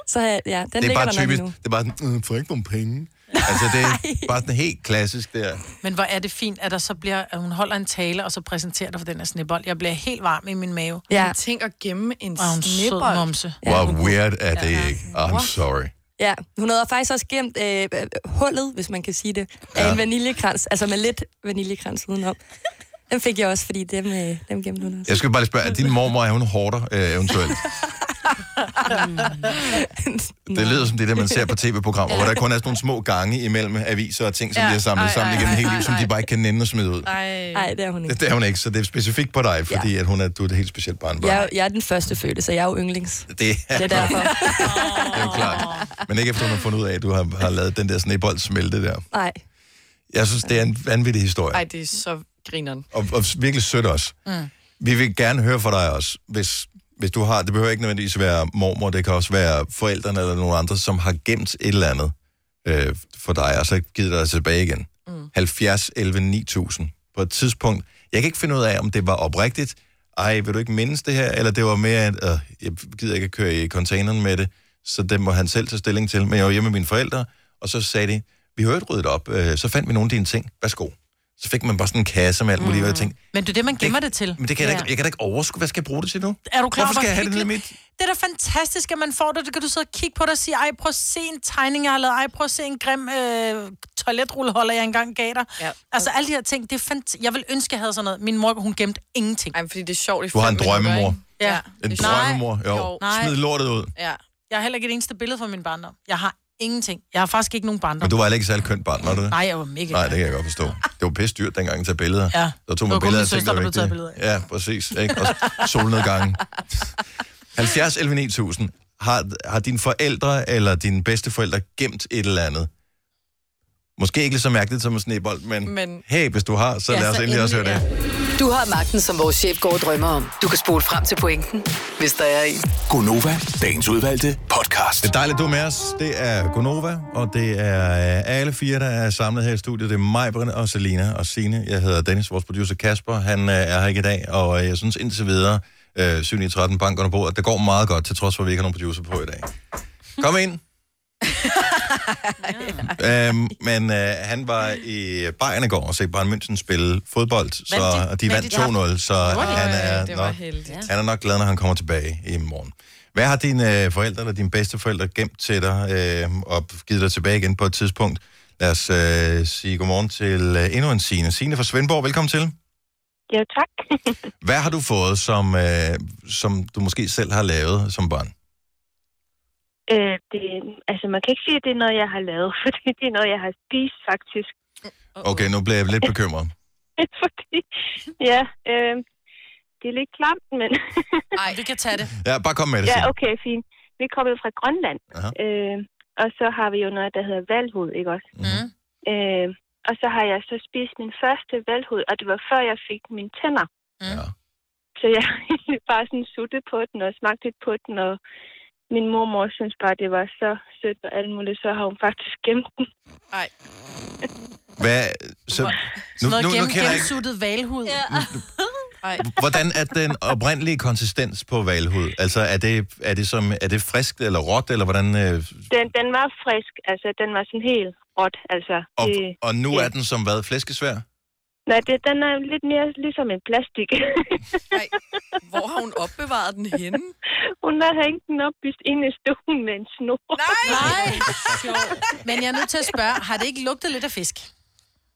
Så øh, ja, den det er ligger bare der nok typisk. endnu. Det er bare sådan, øh, får ikke nogen penge. Altså, det er bare sådan helt klassisk der. Men hvor er det fint, at, der så bliver, at hun holder en tale, og så præsenterer dig for den her snebold. Jeg bliver helt varm i min mave. Ja. Tænk at gemme en Og hun sød snebold. momse. Hvor weird er det ikke? Ah, I'm sorry. Ja, hun havde faktisk også gemt øh, øh, hullet, hvis man kan sige det, af Ja. en vaniljekrans. Altså med lidt vaniljekrans udenom. Den fik jeg også, fordi dem, øh, dem gemte hun også. Jeg skal bare lige spørge, er din mormor, er hun hårder øh, eventuelt? Det lyder som det der, man ser på tv-programmer, hvor der kun er sådan nogle små gange imellem aviser og ting, som Ja. ja. bliver samlet Ej, sammen ej, igennem ej, hele livet, som ej, de bare ikke kan nænde at smide ud. Nej, det er hun ikke. Det er hun ikke, så det er specifikt på dig, fordi at hun er, du er et helt specielt barnbarn. Jeg, er- jeg er den første fødte, så jeg er jo yndlings. Det er, Det er derfor. det er jo klart. Men ikke efter hun har fundet ud af, at du har, har lavet den der snebold smelte der. Nej. Jeg synes, det er en vanvittig historie. Ej, det er så grineren. Og, og virkelig sødt også. Mm. Vi vil gerne høre fra dig også, hvis, hvis du har, det behøver ikke nødvendigvis være mormor, det kan også være forældrene eller nogen andre, som har gemt et eller andet øh, for dig, og så givet dig tilbage igen. Mm. 70, 11, 9000. På et tidspunkt, jeg kan ikke finde ud af, om det var oprigtigt, ej, vil du ikke mindes det her, eller det var mere, at øh, jeg gider ikke at køre i containeren med det, så det må han selv tage stilling til. Men jeg var hjemme med mine forældre, og så sagde de, vi har jo ryddet op, øh, så fandt vi nogle af dine ting, værsgo. Så fik man bare sådan en kasse med alt muligt, mm. og jeg tænkte, Men det er det, man gemmer det, til. men det kan jeg, da ikke, jeg kan da ikke overskue. Hvad skal jeg bruge det til nu? Er du klar, Hvorfor skal hvor jeg have det nede i hyggeligt- mit? Det er da fantastisk, at man får det. Det kan du sidde og kigge på det og sige, ej, prøv at se en tegning, jeg har lavet. Ej, prøv at se en grim øh, toiletrulleholder, jeg engang gav dig. Ja. Altså, alle de her ting, det er fant- Jeg vil ønske, jeg havde sådan noget. Min mor, hun gemte ingenting. Ej, fordi det er sjovt i Du har en drømmemor. Ja. En drømmemor, jo. Nej. Smid lortet ud. Ja. Jeg har heller ikke et eneste billede fra min barndom. Jeg har ingenting. Jeg har faktisk ikke nogen barndom. Men du var heller ikke særlig kønt barn, var du det? Nej, jeg var mega Nej, det kan jeg godt forstå. Det var pisse dyrt dengang at tage billeder. Ja. Der Det tog var man kun billeder min af ting, søster, der der var blev taget vigtige. Ja, præcis. Ikke? Og solnedgangen. 70 11 9000. Har, har dine forældre eller dine bedsteforældre gemt et eller andet? Måske ikke lige så mærkeligt som en snebold, men, men... hey, hvis du har, så Ja, ja, lad så os endelig også høre det. Du har magten, som vores chef går og drømmer om. Du kan spole frem til pointen, hvis der er en. Gonova, dagens udvalgte podcast. Det er dejligt, du er med os. Det er Gonova, og det er øh, alle fire, der er samlet her i studiet. Det er mig, Brind og Selina og Sine. Jeg hedder Dennis, vores producer Kasper. Han øh, er her ikke i dag, og øh, jeg synes indtil videre, øh, 7 9, 13 bank under bordet, det går meget godt, til trods for, at vi ikke har nogen producer på i dag. Kom ind. øhm, men øh, han var i Bayern i går og så Bayern München spille fodbold, så, Vandt de? og de vandt Vandt de? 2-0, så Gjorde de? han Ej, er, det var nok, heldigt. han er nok glad, når han kommer tilbage i morgen. Hvad har dine øh, forældre eller dine bedsteforældre gemt til dig øh, og givet dig tilbage igen på et tidspunkt? Lad os øh, sige godmorgen til øh, endnu en Signe. Signe fra Svendborg, velkommen til. Jo, tak. Hvad har du fået, som, øh, som du måske selv har lavet som barn? Øh, det, altså, man kan ikke sige, at det er noget, jeg har lavet, fordi det er noget, jeg har spist faktisk. Okay, nu bliver jeg lidt bekymret. fordi, ja, øh, det er lidt klamt, men... Nej, vi kan tage det. Ja, bare kom med det. Ja, Signe. okay, fint. Vi er kommet fra Grønland. Aha. Øh, og så har vi jo noget, der hedder valhud, ikke også? Mhm. Mm. Øh, og så har jeg så spist min første valhud, og det var før jeg fik mine tænder. Ja. Så jeg har egentlig bare sådan suttet på den og smagt lidt på den, og min mormor synes bare, det var så sødt og alt muligt, så har hun faktisk gemt den. Nej. Hvad, så, nu, Sådan noget nu, gennem, nu kender jeg ikke, gennemsuttet valhud. Ja. Nej. hvordan er den oprindelige konsistens på valhud? Altså, er det, er det, som, er det friskt eller råt, eller hvordan... Øh, Den, den var frisk, altså den var sådan helt råt, altså. og, det, og nu er den som hvad? Flæskesvær? nej, det, den er lidt mere ligesom en plastik. Hvor har hun opbevaret den henne? hun har hængt den op i- inde i stuen med en snor. Nej! Nej, sjovt. Men jeg er nødt til at spørge, har det ikke lugtet lidt af fisk?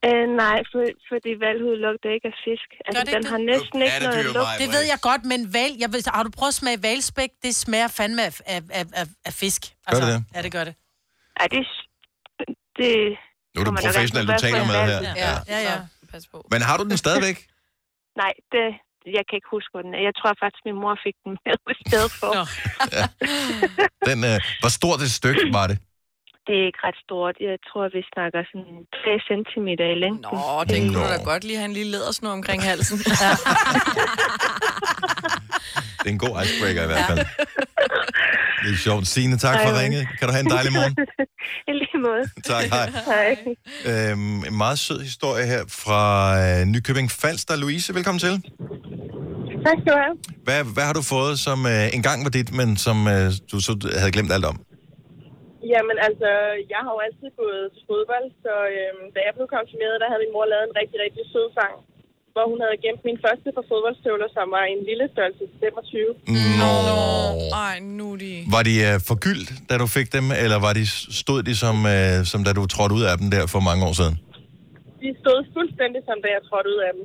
Øh, nej, for, fordi valhud lugter ikke af fisk. Altså, det den ikke har det? næsten ikke noget lugt. Det ved jeg godt, men val, jeg ved, har du prøvet at smage valspæk? Det smager fandme af, af, af, af, af fisk. Altså, Gør det det? Ja, det gør det. Ja, det... det Nu er du kommer nok professionel, an på, du hvad taler for med en her. valg. Ja. Ja, ja. Men har du den stadigvæk? Nej, det, jeg kan ikke huske, hvor den er. Jeg tror faktisk, min mor fik den med i stedet for. Den, øh, hvor stort et stykke var det? Det er ikke ret stort. Jeg tror, vi snakker sådan 3 cm i længden. Nå, det kunne du da godt lige have en lille lædersnor omkring halsen. Ja. Det er en god icebreaker i hvert fald. Det er sjovt. Signe, tak Ej, for hvor- ringet. Kan du have en dejlig morgen? I lige måde. Tak, hej. Hej. Øhm, en meget sød historie her fra øh, Nykøbing Falster. Louise, velkommen til. Tak skal du have. Hvad, hvad har du fået, som øh, engang var dit, men som øh, du så havde glemt alt om? Jamen altså, jeg har jo altid gået til fodbold, så øhm, da jeg blev konfirmeret, der havde min mor lavet en rigtig, rigtig sød sang, hvor hun havde gemt min første par fodboldstøvler, som var en lille størrelse 25. Nå. Ej, nu er de... Var de øh, forgyldt, da du fik dem, eller var de, stod de som, øh, som da du trådte ud af dem der for mange år siden? De stod fuldstændig som da jeg trådte ud af dem.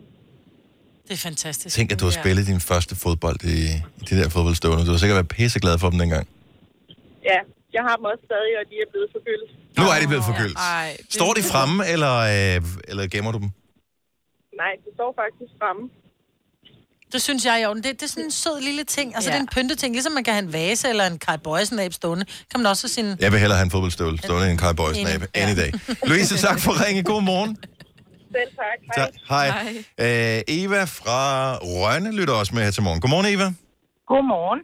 Det er fantastisk. Tænk, at du har spillet din første fodbold i, i de der fodboldstøvler. Du har sikkert været pisseglad for dem dengang. Ja, jeg har dem også stadig, og de er blevet forgyldt. Nu er de blevet forgyldt. Ej, Står de fremme, eller, øh, eller gemmer du dem? Nej, de står faktisk fremme. Det synes jeg er i orden. Det, det er sådan en sød lille ting. Altså, ja. det er en pynteting. Ligesom man kan have en vase eller en Kai Bøjsen-abe stående, kan man også have sin... Jeg vil hellere have en fodboldstøvle stående i en Kai Boys nabe. Ja. Any day. Louise, tak for at ringe. God morgen. Selv tak. Tak. Hej. Øh, Eva fra Rønne lytter også med her til morgen. Godmorgen, Eva. Godmorgen.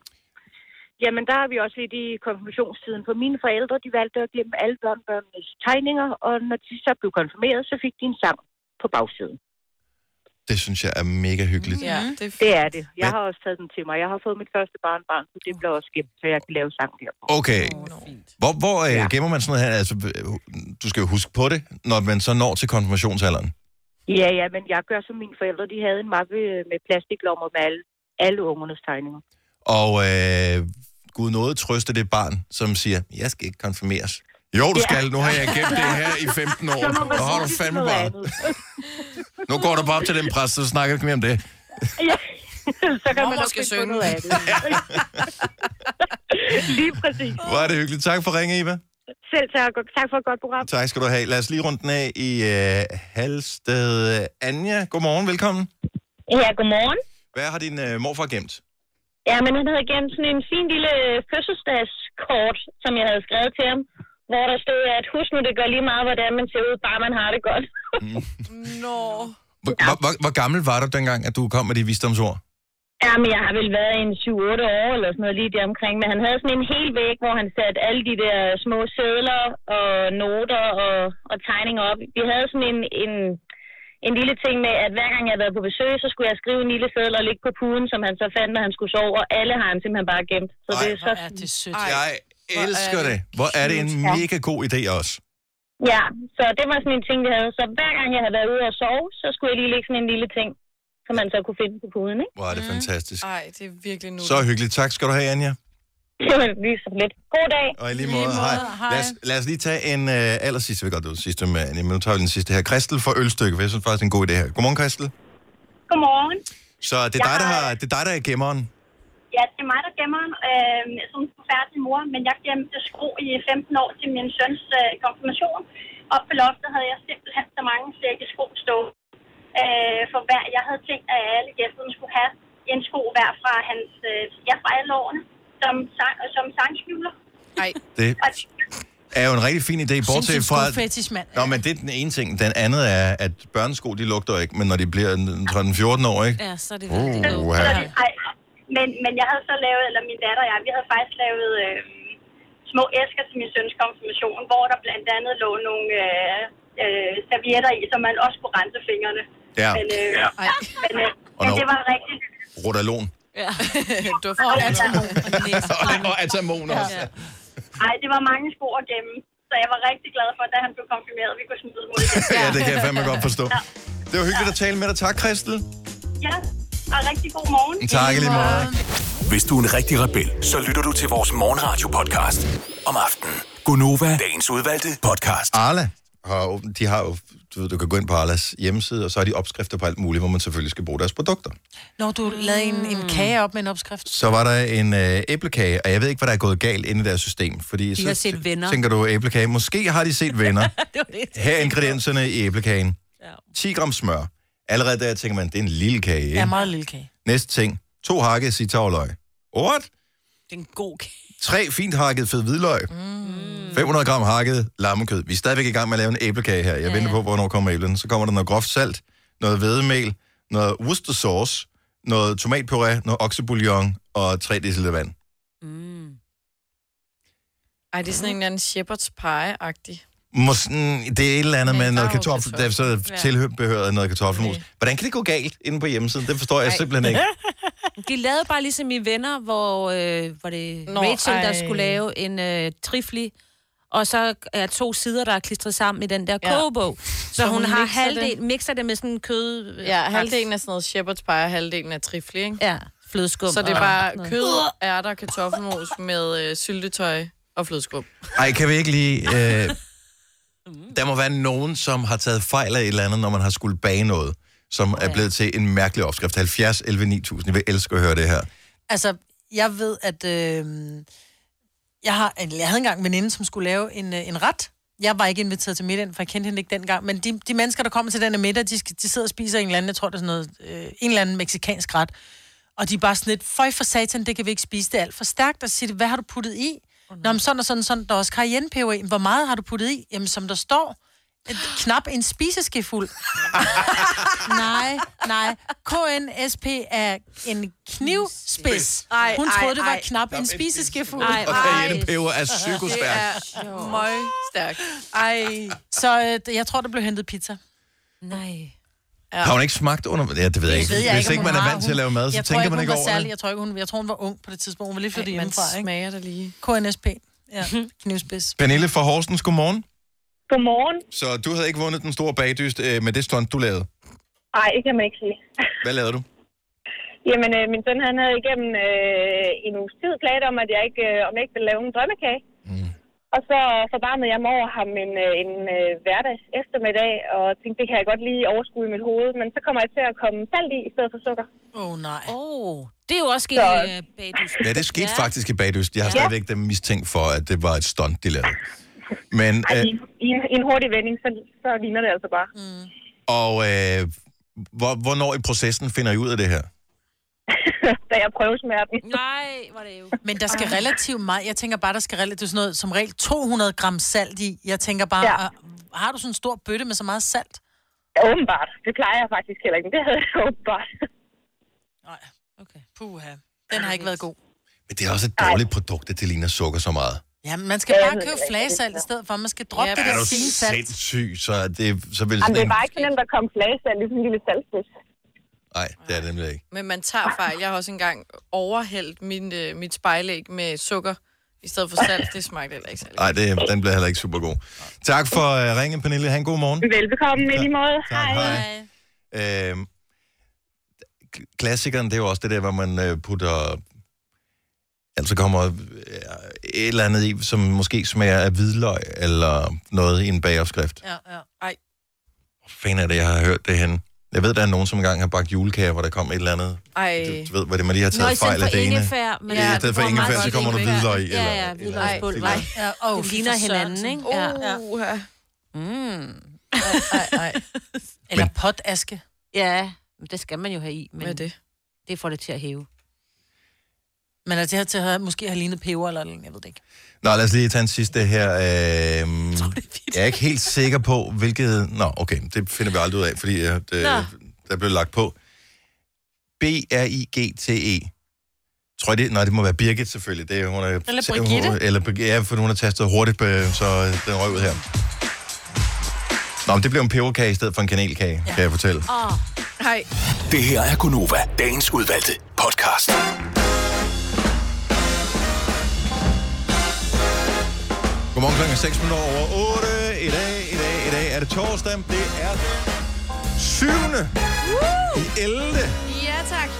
Jamen, der er vi også lidt i konfirmationstiden. For mine forældre, de valgte at glemme alle børnebørnenes tegninger, og når de så blev konfirmeret, så fik de en sang på bagsiden. Det synes jeg er mega hyggeligt. Ja, det, er det er det. Jeg har også taget den til mig. Jeg har fået mit første barnbarn, så det blev også gemt, så jeg kan lave sang derpå. Okay. Hvor, hvor øh, gemmer man sådan noget her? Altså, øh, du skal jo huske på det, når man så når til konfirmationsalderen. Ja, ja, men jeg gør som mine forældre. De havde en mappe øh, med plastiklommer med alle, alle ungernes tegninger. Og øh, Gud nåede trøste det barn, som siger, jeg skal ikke konfirmeres. Jo, du Ja. skal. Nu har jeg gemt det her i 15 år. Så må man Nu har du sige fandme noget bare. andet. Nu går du bare op til den præst, så snakker vi ikke mere om det. ja. så kan Mormor man også skal finde på noget synge. andet. Lige præcis. Hvor er det hyggeligt. Tak for at ringe, Eva. Selv tak, og tak for et godt program. Tak skal du have. Lad os lige runde den af i øh, Halsted. Anja, godmorgen. Velkommen. Ja, godmorgen. Hvad har din øh, morfar gemt? Ja, men han havde gemt sådan en fin lille øh, fødselsdagskort, som jeg havde skrevet til ham, hvor der stod, at husk nu, det gør lige meget, hvordan man ser ud, bare man har det godt. Mm. Nå. Hvor, hvor, hvor, hvor gammel var du dengang, at du kom med de visdomsord? Ja, men jeg har vel været en 7-8 år eller sådan noget lige der omkring, men han havde sådan en hel væg, hvor han satte alle de der små sædler og noter og, og tegninger op. Vi havde sådan en, en, en lille ting med, at hver gang jeg havde været på besøg, så skulle jeg skrive en lille sædel og ligge på puden, som han så fandt, når han skulle sove, og alle har han simpelthen bare gemt. Så det er så... Ja, det er sødt. Jeg elsker det. Hvor er det en Ja. mega god idé også. Ja, så det var sådan en ting, vi havde. Så hver gang jeg havde været ude og sove, så skulle jeg lige lægge sådan en lille ting, som man så kunne finde på puden, ikke? Hvor er det fantastisk. Mhm. Ej, det er virkelig nu. Så hyggeligt. Tak skal du have, Anja. Det var lige så lidt. God dag. Og i lige måde, hej. Lad os, lad os lige tage en øh, aller sidste, vi godt det var den sidste med Anja, men nu tager vi den sidste her. Kristel fra Ølstykke, for jeg synes faktisk, det er en god idé her. Godmorgen, Kristel. Godmorgen. Så det er, dig, der har, det er dig, der er gemmeren. Ja, det er mig, der gemmer øh, sådan en forfærdelig mor, men jeg gemte sko i 15 år til min søns øh, konfirmation. Op på loftet havde jeg simpelthen så mange sække sko stå. Øh, for hver, jeg havde tænkt, at alle gæsterne skulle have en sko hver fra, hans, øh, ja, fra alle årene, som, sang, som sangskjuler. Nej. Det er jo en rigtig fin idé, bortset Sindssygt fra... god fetish, mand. Nå, men det er den ene ting. Den andet er, at børnesko, de lugter ikke, men når de bliver en 13-14 år, ikke? Ja, så er det virkelig uh, uha. Ej, men, men jeg havde så lavet, eller min datter og jeg, vi havde faktisk lavet øh, små æsker til min søns konfirmation, hvor der blandt andet lå nogle øh, øh, servietter i, så man også kunne rense fingrene. Ja. Men, øh, Ja. men, øh, Og men når- det var rigtig... Rodalon. Ja. du for og, og, og atamon også. Ja. Ej, det var mange sko at gemme, så jeg var rigtig glad for, da han blev konfirmeret, vi kunne smide dem ud. igen. Ja, det kan jeg fandme godt forstå. Det var hyggeligt at tale med dig. Tak, Christel. Ja, og rigtig god morgen. Tak, i lige måde. Hvis du er en rigtig rebel, så lytter du til vores morgenradio-podcast om aftenen. Gunova, dagens udvalgte podcast. Arla, har, jo- de har jo, du, ved, du kan gå ind på Arlas hjemmeside, og så har de opskrifter på alt muligt, hvor man selvfølgelig skal bruge deres produkter. Når du lavede en, en kage op med en opskrift. Så var der en øh, æblekage, og jeg ved ikke, hvad der er gået galt inde i deres system, fordi De så har set venner. tænker du æblekage. Måske har de set venner. det var det. Her er ingredienserne i æblekagen. 10 gram smør. Allerede der tænker man, det er en lille kage. Ja, ikke? meget lille kage. Næste ting. To hakket sitavløg. What? Det er en god kage. Tre fint hakket fed hvidløg. Mm. 500 gram hakket lammekød. Vi er stadigvæk i gang med at lave en æblekage her. Jeg ja, venter på, hvornår kommer æblen. Så kommer der noget groft salt, noget hvedemel, noget Worcester sauce, noget tomatpuré, noget oksebouillon og 3 dl vand. Ej, det er sådan en eller anden shepherd's pie-agtig. Måske, det er et eller andet med noget kartoffel, der er så Ja. tilbehøret noget kartoffelmos. Hvordan kan det gå galt inde på hjemmesiden? Det forstår jeg Ej. simpelthen ikke. De lavede bare ligesom i Venner, hvor øh, var det Nå, Nå, Rachel, der ej. skulle lave en øh, trifli, og så er to sider, der er klistret sammen i den der Ja. kogebog. Så, Så så hun, hun har mixer halvdel, det. mixer det med sådan en kød... øh, Ja, halvdelen er sådan noget shepherd's pie, og halvdelen er trifle, ikke? Ja, flødeskum. Så det er og bare sådan noget. kød, ærter, kartoffelmos med øh, syltetøj og flødeskum. Ej, kan vi ikke lige... Øh, der må være nogen, som har taget fejl af et eller andet, når man har skulle bage noget, som er blevet til en mærkelig opskrift. 70, 11, 9000. Jeg vil elske at høre det her. Altså, jeg ved, at øh, jeg, har, eller jeg havde engang en veninde, som skulle lave en, øh, en ret. Jeg var ikke inviteret til middagen, for jeg kendte hende ikke dengang. Men de, de mennesker, der kommer til den her middag, de, skal- de sidder og spiser en eller anden, jeg tror, det er sådan noget, øh, en eller anden meksikansk ret. Og de er bare sådan lidt, føj for satan, det kan vi ikke spise, det er alt for stærkt. Og så siger de, hvad har du puttet i? Oh, Nå, men sådan og sådan, sådan, der er også cayenne-peber i. "Men Hvor meget har du puttet i? Jamen, som der står, et, knap en spiseskefuld. nej, nej. KNSP er en knivspids. Ej, Hun troede, ej, det var ej. knap en spiseskefuld. Ej, Og cayennepeber er psykostærk. Det er møg stærk. Ej. Så øh, jeg tror, der blev hentet pizza. Nej. Ja. Har hun ikke smagt under... Ja, det ved jeg ikke. Hvis ikke man er vant til at lave mad, så tænker man ikke over særlig, det. Jeg tror ikke, hun, jeg tror, hun var ung på det tidspunkt. Hun var lige flyttet Ej, man hjemmefra, ikke? Mhm. smager det lige. KNSP. Ja, knivspids. Pernille fra Horsens, godmorgen. Godmorgen. Så du havde ikke vundet den store bagdyst øh, med det stunt, du lavede. Nej, det kan man ikke sige. Hvad lavede du? Jamen, øh, min søn han havde igennem øh, en uges tid klaget om, at jeg ikke, øh, om jeg ikke ville lave en drømmekage. Mm. Og så forbarmede jeg mig over ham en, øh, en øh, hverdags eftermiddag, og tænkte, det kan jeg godt lige overskue i mit hoved, men så kommer jeg til at komme salt i, i stedet for sukker. Åh, oh, nej. Åh, oh, det er jo også sket Så- i øh, bagdysten. Ja, det skete ja. faktisk i bagdyst. Jeg har Ja. stadigvæk dem mistænkt for, at det var et stunt, de lavede. Men, Ej, øh, i, i, en, I en hurtig vending, så, så ligner det altså bare. Mm. og øh, hvor, hvornår i processen finder I ud af det her? da jeg prøvesmager den. Nej, var det jo. Men der skal relativt meget. Jeg tænker bare, der skal relativt sådan noget, som regel 200 gram salt i. Jeg tænker bare, Ja. ja. har du sådan en stor bøtte med så meget salt? Ja, åbenbart. Det plejer jeg faktisk heller ikke, men det havde jeg åbenbart. Puha. Den har ikke været god. Men det er også et dårligt produkt, at det ligner sukker så meget. Ja, man skal Ja, jeg bare ved købe ikke, flagesalt i stedet for. Man skal droppe Ja, ja, det er der du fine salt. sindssyg, så, det, så vil Jamen, sådan det en... er bare ikke så nemt at komme flagesalt, ligesom en lille saltfisk. Nej, det er det nemlig ikke. Men man tager fejl. Jeg har også engang overhældt min, øh, mit spejlæg med sukker i stedet for salt. Det smagte heller ikke særlig. Nej, det, den bliver heller ikke super god. Tak for uh, ringen, Pernille. Ha' en god morgen. Velbekomme, i lige måde. Hej. Hej. Øhm, k- klassikeren, det er jo også det der, hvor man øh, putter... Altså kommer øh, et eller andet i, som måske smager af hvidløg, eller noget i en bagopskrift. Ja, ja. Ej, Hvor fanden er det, jeg har hørt det henne? Jeg ved, der er nogen, som engang har bagt julekager, hvor der kom et eller andet. Ej. Du ved, hvor det, man lige har Nå, i taget stedet fejl af for det ene. ingefær, men- ja, Ja, i stedet det for går meget ingefær, så godt kommer der ingefær. hvidløg. Ja, Eller, ja, hvidløgsbund. eller- Nej. Ja, åh, for søren. Uh, ja. Mm. Eller potaske. Ja, men det skal man jo have i. Men Hvad er det? Det får det til at hæve. Men altså, det her til at have, måske har lignet peber eller noget, jeg ved det ikke. Nå, lad os lige tage en sidste her. Øhm, jeg er ikke helt sikker på, hvilket... Nå, okay, det finder vi aldrig ud af, fordi øh, det, der blev lagt på. B-R-I-G-T-E. E. Tror jeg det? Nej, det må være Birgit selvfølgelig. Det, er- hun er, Eller Brigitte. Hun, eller, Birg- ja, for hun har tastet hurtigt, øh, så øh, den røg ud her. Nå, men det blev en peberkage i stedet for en kanelkage, ja. kan jeg fortælle. Åh, Ah, hej. Det her er Gunova, dagens udvalgte podcast. Godmorgen klokken 6 minutter over 8. I dag, i dag, i dag er det torsdag. Det er syvende i 11. Ja, tak.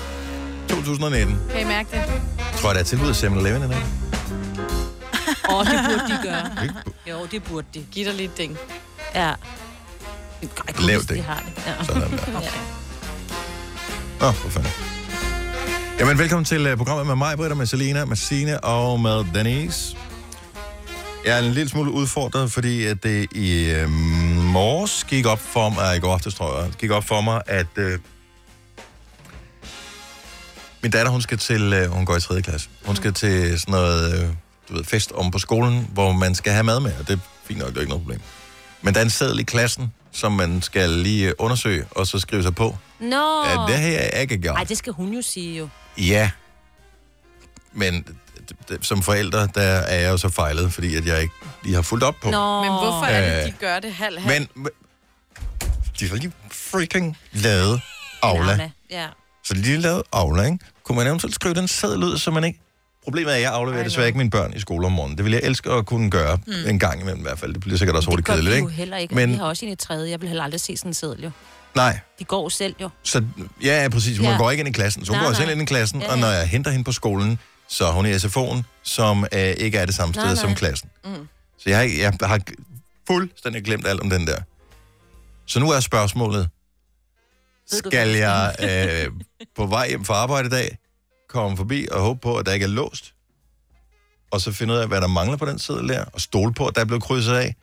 2019. Kan I mærke det? Tror jeg, der er tilbud af 7-Eleven i dag? Åh, oh, det burde de gøre. jo, det burde de. Giv dig lidt ding. Ja. Lav De det. har det. Ja. Sådan der. Ja. Nå, for fanden. Jamen, velkommen til øh, programmet med mig, Britta, med Selina, med Signe og med Denise. Jeg er en lille smule udfordret, fordi at det i øh, morges gik op for mig, øh, i går aftes, tror jeg, gik op for mig, at øh, min datter, hun skal til, øh, hun går i 3. klasse, hun skal til sådan noget, øh, du ved, fest om på skolen, hvor man skal have mad med, og det er fint nok, det er ikke noget problem. Men der er en seddel i klassen, som man skal lige øh, undersøge, og så skrive sig på. Nå. Ja, det har jeg ikke gjort. Nej, det skal hun jo sige jo. Ja. Men d- d- som forældre, der er jeg jo så fejlet, fordi at jeg ikke lige har fulgt op på. Men hvorfor er det, de Øh, gør det halv halv? Men men- de har lige freaking lavet Aula. Ja. Så de har lige lavet Aula, ikke? Kunne man eventuelt skrive den seddel ud, så man ikke... Problemet er, at jeg afleverer desværre ikke mine børn i skole om morgenen. Det vil jeg elske at kunne gøre Mm. mm. en gang imellem i hvert fald. Det bliver sikkert også hurtigt Gør vi kedeligt, jo ikke? heller ikke. Men... Men- Vi har også en i tredje. Jeg vil heller aldrig se sådan en seddel jo. Nej, De går selv jo. Så ja, ja, præcis. Hun Ja. ja. går ikke ind i klassen. Så hun Nej, nej, går selv nej. ind i klassen, Ja, ja, ja. og når jeg henter hende på skolen, så er hun i SFO'en, som øh, ikke er det samme sted Nej, nej. som klassen. Mm. Så jeg, har ikke- jeg har fuldstændig glemt alt om den der. Så nu er spørgsmålet, skal jeg øh, på vej hjem fra arbejde i dag komme forbi og håbe på, at der ikke er låst? Og så finde ud af, hvad der mangler på den side der, og stole på, at der er blevet krydset af?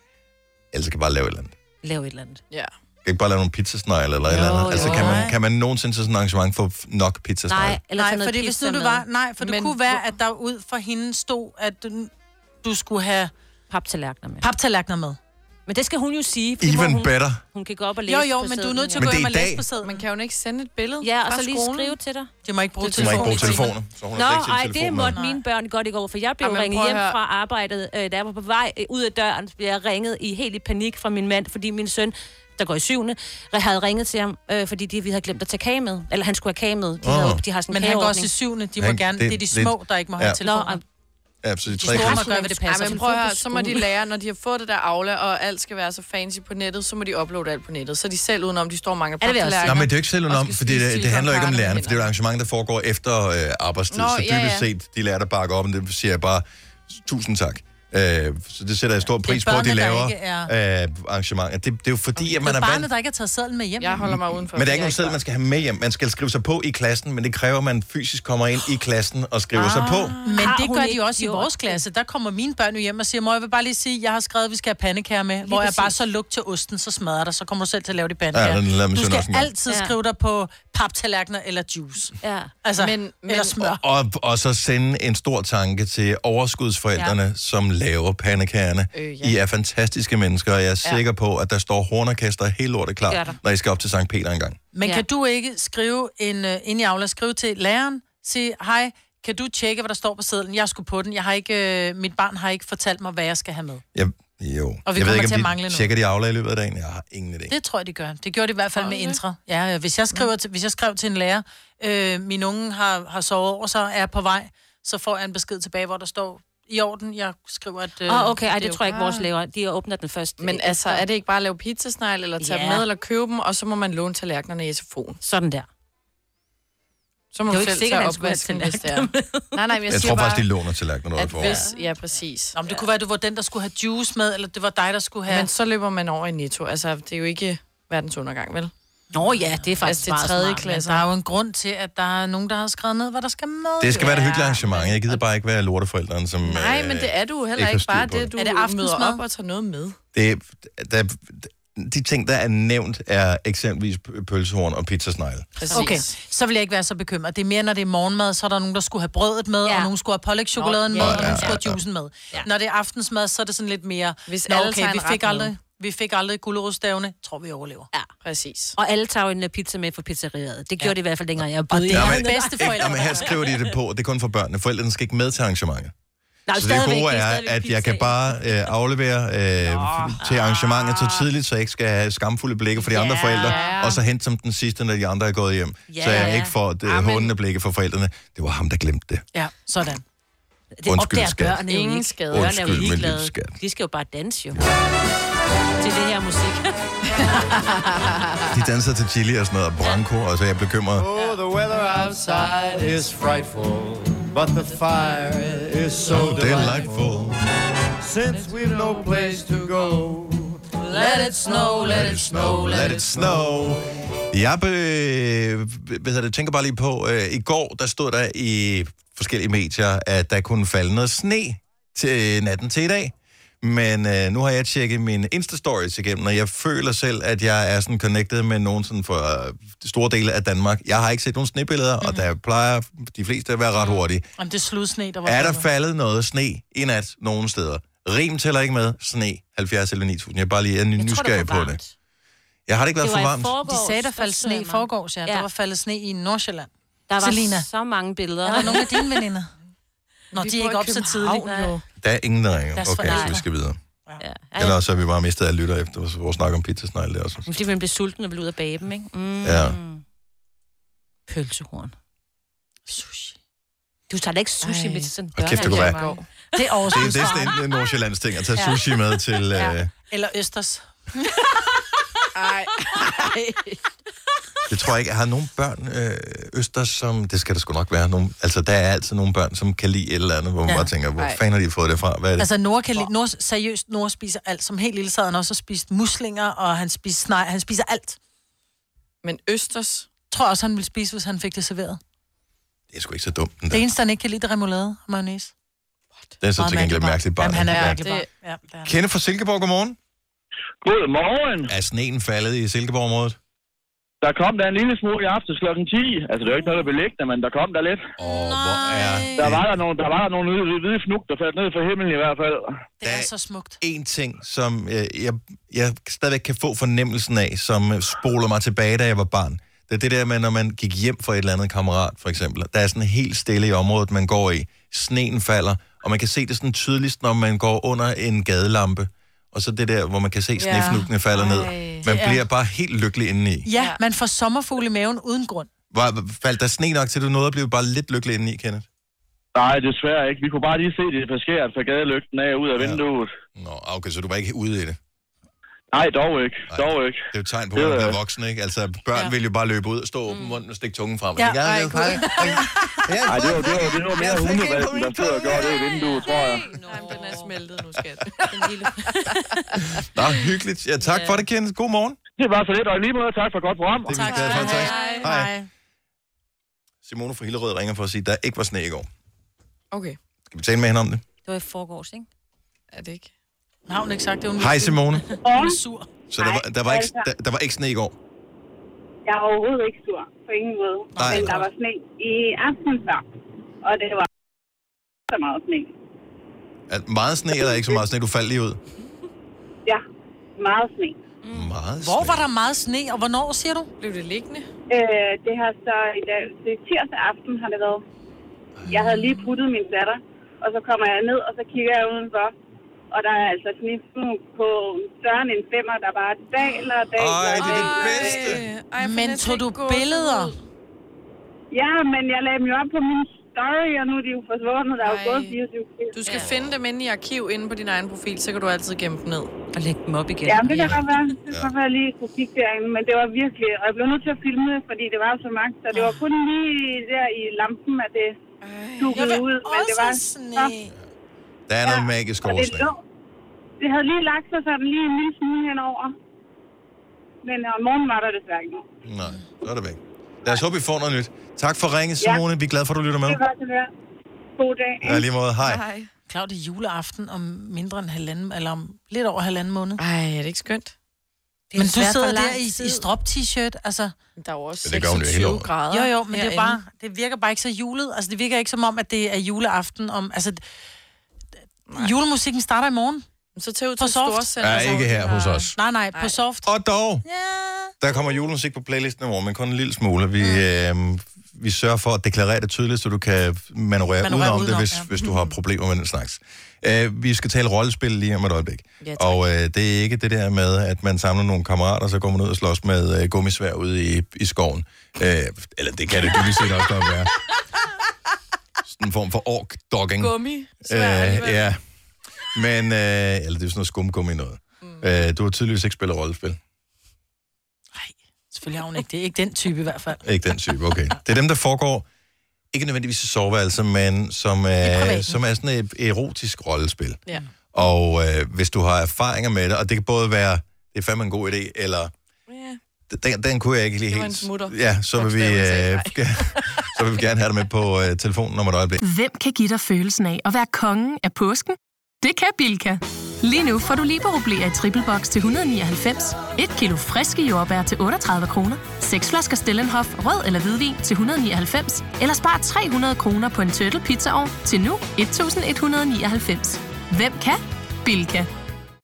Eller skal jeg bare lave et eller andet? Lav et eller andet. Ja. Kan ikke bare lave nogle pizzasnegle eller et eller andet? Altså, kan man, kan man nogensinde til sådan et arrangement få f- nok pizzasnegle? Nej, eller nej sådan noget fordi hvis nu pizza du var, med. nej, for det Men kunne være, at der ud for hende stod, at du, du skulle have paptallerkener med. Paptallerkener med. Men det skal hun jo sige. fordi hvor Even hun, better. Hun kan gå op og læse Jo, jo, på men du er sedlen, nødt til at Men gå det er hjem og i dag. læse på sædet. Man kan jo ikke sende et billede Ja, og fra så lige skolen. skrive til dig. De må ikke bruge Så må ikke bruge telefoner. Så hun Nå, har slet ej, ikke det til måtte telefoner. mine børn godt i går, for jeg blev Jamen, Jamen, ringet prøv at hjem høre. fra arbejdet, øh, da jeg var på vej øh, ud af døren, blev jeg ringet i helt i panik fra min mand, fordi min søn, der går i syvende, havde ringet til ham, øh, fordi de, vi havde glemt at tage kage med. Eller han skulle have kage med. De, Åh. havde, de har sådan en Men han går kageordning. også i syvende, de må Han- gerne- det- det er de det- små, der ikke må have telefoner. Nå, Ja, så de tre store må klasser. gøre, hvad det passer. Ej, men prøv at høre, så må de lære, når de har fået det der Aula, og alt skal være så fancy på nettet, så må de uploade alt på nettet. Så er de selv udenom, de står og mangler Ja, det vil jeg også Nej, paptallerkener. men det er jo ikke selv om, Og skal fordi spise det, det handler jo ikke om silikonkarte lærerne, med for det er jo et arrangement, der foregår efter øh, arbejdstid. Nå, så dybest ja, ja. set, de lærere, der bakker op, om det siger jeg bare, tusind tak. Øh, så det sætter jeg stor pris på, at de børnene, der laver ikke er- øh, arrangementer. Det, det er jo fordi, at Man det man er er vant barnet, der ikke har taget sædlen med hjem. Jeg holder mig udenfor. Men der er ikke nogen sædel, man skal have med hjem. Man skal skrive sig på i klassen, men det kræver, at man fysisk kommer ind i klassen og skriver ah. sig på. Men Har det hun gør de ikke også i gjort vores det? klasse. Der kommer mine børn jo hjem og siger, mor, jeg vil bare lige sige, jeg har skrevet, at vi skal have pandekager med. hvor jeg præcis. bare så lugt til osten, så smadrer dig, så kommer du selv til at lave de Ja, pandekager. den lader min du søn skal også en gang. altid Ja. skrive dig på paptallerkener eller juice. Ja. Altså, Men- men, eller smør. Og, og så sende en stor tanke til overskudsforældrene, Ja. ja. som laver pandekagerne. Øh, Øh, ja. ja. I er fantastiske mennesker, og jeg er Ja. ja. sikker på, at der står hornorkester helt lortet Det er klar, der. når I skal op til Sankt Peter engang. Men ja. kan du ikke skrive en, uh, ind i Aula, skrive til læreren, sige, hej, kan du tjekke, hvad der står på sædlen? Jeg skulle på den. Jeg har ikke, øh, mit barn har ikke fortalt mig, hvad jeg skal have med. Jeg, jo. Og vi jeg kommer ved ikke, til at om mangle de noget. tjekker de aflag i løbet af dagen. Jeg har ingen idé. Det tror jeg, de gør. Det gjorde de i hvert fald Tror med du det? intra. Ja, ja, hvis, jeg Mm. skriver til, hvis jeg skrev til en lærer, øh, min unge har, har sovet over, så er på vej, så får jeg en besked tilbage, hvor der står, i orden, jeg skriver, at... øh, Åh, oh, okay, ej, det, tror jeg ikke, vores Ah. laver. De åbner den først. øh, Men altså, er det ikke bare at lave pizzasnegle, eller tage Ja. dem med, eller købe dem, og så må man låne tallerkenerne i SFO'en? Sådan der. Så må Det er man jo ikke selv sikkert, tage han skulle have opvasken, hvis det er. Nej, nej, men jeg, Jeg, jeg siger tror bare, faktisk, de låner tallerkener noget at for. hvis... Ja, præcis. Om det kunne være, at du var den, der skulle have juice med, eller det var dig, der skulle have... Men så løber man over i Netto. Altså, det er jo ikke verdens undergang, vel? Nå ja, det er faktisk til meget tredje smart, klasse. men Der er jo en grund til, at der er nogen, der har skrevet ned, hvad der skal med. Det skal være et hyggeligt arrangement. Jeg gider bare ikke være lorteforældrene, som... Nej, øh, men det er du jo ikke heller har ikke styr bare på det, du Er er det det møder aftensmad? op og tager noget med. Det, der, de ting, der er nævnt, er eksempelvis p- pølsehorn og pizzasnegle. Præcis. Okay, så vil jeg ikke være så bekymret. Det er mere, når det er morgenmad, så er der nogen, der skulle have brødet med, ja. og nogen skulle have pålægchokoladen Nå, med, ja, og nogen ja, skulle have ja. juicen med. Ja. Når det er aftensmad, så er det sådan lidt mere... Hvis alle tager okay, en vi ret fik, med. aldrig, vi fik aldrig gulerodstavene, tror vi overlever. Ja, præcis. Og alle tager jo en øh, pizza med fra pizzeriet. Det gjorde Ja. ja. de i hvert fald dengang jeg Og boede det i er Herning. den bedste forældre. Jamen, her skriver de det på, det er kun for børnene. Forældrene skal ikke med til arrangementet. Nej, Så det stadigvæk, gode det er, stadigvæk at jeg kan bare øh, aflevere øh, til arrangementet så tidligt, så jeg ikke skal have skamfulde blikke fra de andre Ja. forældre, og så hente som den sidste, når de andre er gået hjem, Ja. så jeg ikke får det håndende blikke fra forældrene. Det var ham, der glemte det. Ja, sådan. Det Undskyld, opdager skat. børnene jo Ingen ikke. skade. Børn er jo Undskyld, men ligeglade. lille skat. De skal jo bare danse jo. Til det her musik. De danser til chili og sådan noget, og branco, og så er jeg bekymret. Oh, the weather outside is frightful, but the fire is so delightful. Since we've no place to go, let it snow, let it snow, let it snow. Jeg be, hvad hedder det, tænker bare lige på, øh, i går der stod der i forskellige medier, at der kunne falde noget sne til natten til i dag. Men øh, nu har jeg tjekket mine Insta-stories igennem, og jeg føler selv, at jeg er sådan connected med nogen sådan for øh, store dele af Danmark. Jeg har ikke set nogen snebilleder, mm. og der plejer de fleste at være ret hurtige. Om det er sludsne, der var... Er der faldet noget sne i nat nogen steder? Rim tæller ikke med sne 70 eller 9000. Jeg er bare lige jeg er nysgerrig på det. Jeg har det ikke været for varmt. De sagde, der faldt sne i forgårs, ja. Der var faldet sne i Nordsjælland. Der var Selina. så mange billeder. Er der nogle af dine veninder? Nå, Vi de er bor i ikke op så tidligt. København, Jo. Der er ingen, der ringer. Lad os få Okay, dig. så vi skal videre. Ja. Ellers så er vi bare mistet af lytter efter vores snak om pizzasnegle der også. Fordi man bliver sulten og vil ud af baben, ikke? Mm. Ja. Pølsehorn. Sushi. Du tager da ikke sushi med til sådan en Og kæft, det kunne være. børnearrangement. Det er Det er overskudsvarme. næsten en øh, Nordsjællands ting at tage Ja. sushi med til... Øh, Eller Østers. Nej. det tror jeg ikke. Har nogle børn øh, øster, som... Det skal der sgu nok være. Nogle, altså, der er altid nogle børn, som kan lide et eller andet, hvor man Ja. bare tænker, hvor Ej. fanden har de fået det fra? Hvad er det? Altså, Nora kan lide, Nora, seriøst, Nora spiser alt. Som helt lille sad han også og spiste muslinger, og han spiser snej, han spiser alt. Men østers? Tror jeg også, han ville spise, hvis han fik det serveret. Det er sgu ikke så dumt. Den Det der. eneste, han ikke kan lide, det er remoulade og mayonnaise. Det er så meget til gengæld et mærkeligt barn. Jamen, han er Ja. mærkelig barn. Ja, det er han. Kende fra Silkeborg, godmorgen. Godmorgen. Er sneen faldet i Silkeborg-området? Der kom der en lille smule i aften kl. 10. Altså, det var ikke noget, der belægte, men der kom der lidt. Åh, hvor er... Der var der nogle, der var der nogle hvide- hvide fnug, der faldt ned fra himlen i hvert fald. Det er så smukt. En ting, som øh, jeg, jeg stadigvæk kan få fornemmelsen af, som øh, spoler mig tilbage, da jeg var barn. Det er det der med, når man gik hjem fra et eller andet kammerat, for eksempel. Der er sådan helt stille i området, man går i. Sneen falder, og man kan se det sådan tydeligst, når man går under en gadelampe. Og så det der, hvor man kan se snefnukkene falder ned. Man Det er- bliver bare helt lykkelig indeni. Ja, man får sommerfugle i maven uden grund. Var, faldt der sne nok til, at du nåede at blive bare lidt lykkelig indeni, Kenneth? Nej, desværre ikke. Vi kunne bare lige se det forskeret fra gadelygten af ud af vinduet. Nå, okay, så du var ikke ude i det? Nej, dog ikke. Dog ikke. Det er jo et tegn på, at man er voksen, ikke? Altså, børn ja. Mm. vil jo bare løbe ud og stå åben munden og stikke tungen frem. og sige, "Jeg er jo faktisk Nej, det var, det var, det var mere hundevalsen, der stod og gjorde det i vinduet, tror jeg. Den er smeltet nu, skat. Nå, hyggeligt. Ja, tak for det, Kenneth. God morgen. Det var så lidt, og i lige måde tak for et godt program. Det er vi glade for. Tak. Hej. Simone fra Hillerød ringer for at sige, at der ikke var sne i går. Okay. Skal vi tale med hende om det? Det var i forgårs, ikke? Er det ikke? Hun har hun ikke sagt det. Hun Hej, Simone. Hun er sur. Så der var, der var, ikke, der, der var ikke sne i går. Jeg er overhovedet ikke sur, på ingen måde. Nej. Men der var sne i aften før, og det var så meget sne. Er meget sne eller ikke så meget sne? Du faldt lige ud. Ja, meget sne. Meget Hvor var der meget sne, og hvornår, siger du? Blev det liggende? Øh, det har så i dag, det er tirsdag aften har det været. Jeg havde lige puttet min datter, og så kommer jeg ned, og så kigger jeg udenfor. Og der er altså sniften på større end en femmer, der bare daler og daler. Ej, det er det bedste. Ej, Men tog du billeder? Ja, men jeg lagde dem jo op på min story, og nu er de jo forsvundet. Der er jo Ej. gået 24 timer. Du skal finde dem inde i arkiv inde på din egen profil, så kan du altid gemme dem ned. Og lægge dem op igen. Ja, men det kan godt være. Det kan godt være, jeg lige kunne kigge derinde, men det var virkelig... Og jeg blev nødt til at filme det, fordi det var så magt, så det var kun lige der i lampen, at det dukkede ud, men det var så... Der er noget magisk Og over det sne. lå... Det havde lige lagt sig sådan lige en lille smule henover. men om morgenen var der desværre ikke nogen. Nej, så er det væk. Lad os håbe, vi får noget nyt. Tak for ringet, Ja. Simone. Vi er glade for, at du lytter med. Det var det der. God dag. Ja, lige måde. Hej. Hej. Klart, det er juleaften om mindre end halvanden, eller om lidt over halvanden måned. Ej, er det ikke skønt? er Men du desværre for sidder lang der i, tid. i strop-t-shirt, altså... Der er jo også Men det gør hun jo hele 26 året. grader Jo, jo, men det, er herinde. bare, det virker bare ikke så julet. Altså, det virker ikke som om, at det er juleaften om... Altså, Nej. julemusikken starter i morgen. Så tag ud til Storcenter, Ja, så- ikke her hos os. Nej, nej, på soft. Og dog. Der kommer julemusik på playlisten i morgen, men kun en lille smule. Mm. Vi, øh, vi sørger for at deklarere det tydeligt, så du kan manøvrere, Manøvrere udenom, det, udenom, hvis, ja. Mm. hvis du har problemer med den slags. Øh, vi skal tale rollespil lige om et øjeblik. Ja, tak. og øh, det er ikke det der med, at man samler nogle kammerater, og så går man ud og slås med øh, gummisvær ude i, i skoven. Øh, eller det kan det dybest set også godt være. Sådan en form for ork-dogging. Gummi. Øh, alligevel. ja. Men, øh, eller det er jo sådan noget skumgummi noget. Mm. Øh, du har tydeligvis ikke spillet rollespil. Selvfølgelig har hun ikke det. Ikke den type i hvert fald. Ikke den type, okay. Det er dem, der foregår, ikke nødvendigvis i soveværelser, men som er, privaten. som er sådan et erotisk rollespil. Ja. Og øh, hvis du har erfaringer med det, og det kan både være, det er fandme en god idé, eller... Den, den kunne jeg ikke lige Det var helt... en smutter. Ja, så vil, vi, øh, så vil vi gerne have dig med på øh, telefonen om et øjeblik. Hvem kan give dig følelsen af at være kongen af påsken? Det kan Bilka! Lige nu får du liberobleer i triple box til 199, et kilo friske jordbær til 38 kroner, seks flasker Stellenhof rød eller hvidvin til 199, eller spar 300 kroner på en turtle pizzaovn til nu 1199. Hvem kan? Bilka!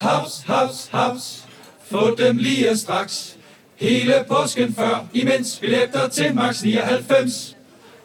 Haps, haps, haps. Få dem lige straks. Hele påsken før, imens billetter til max 99.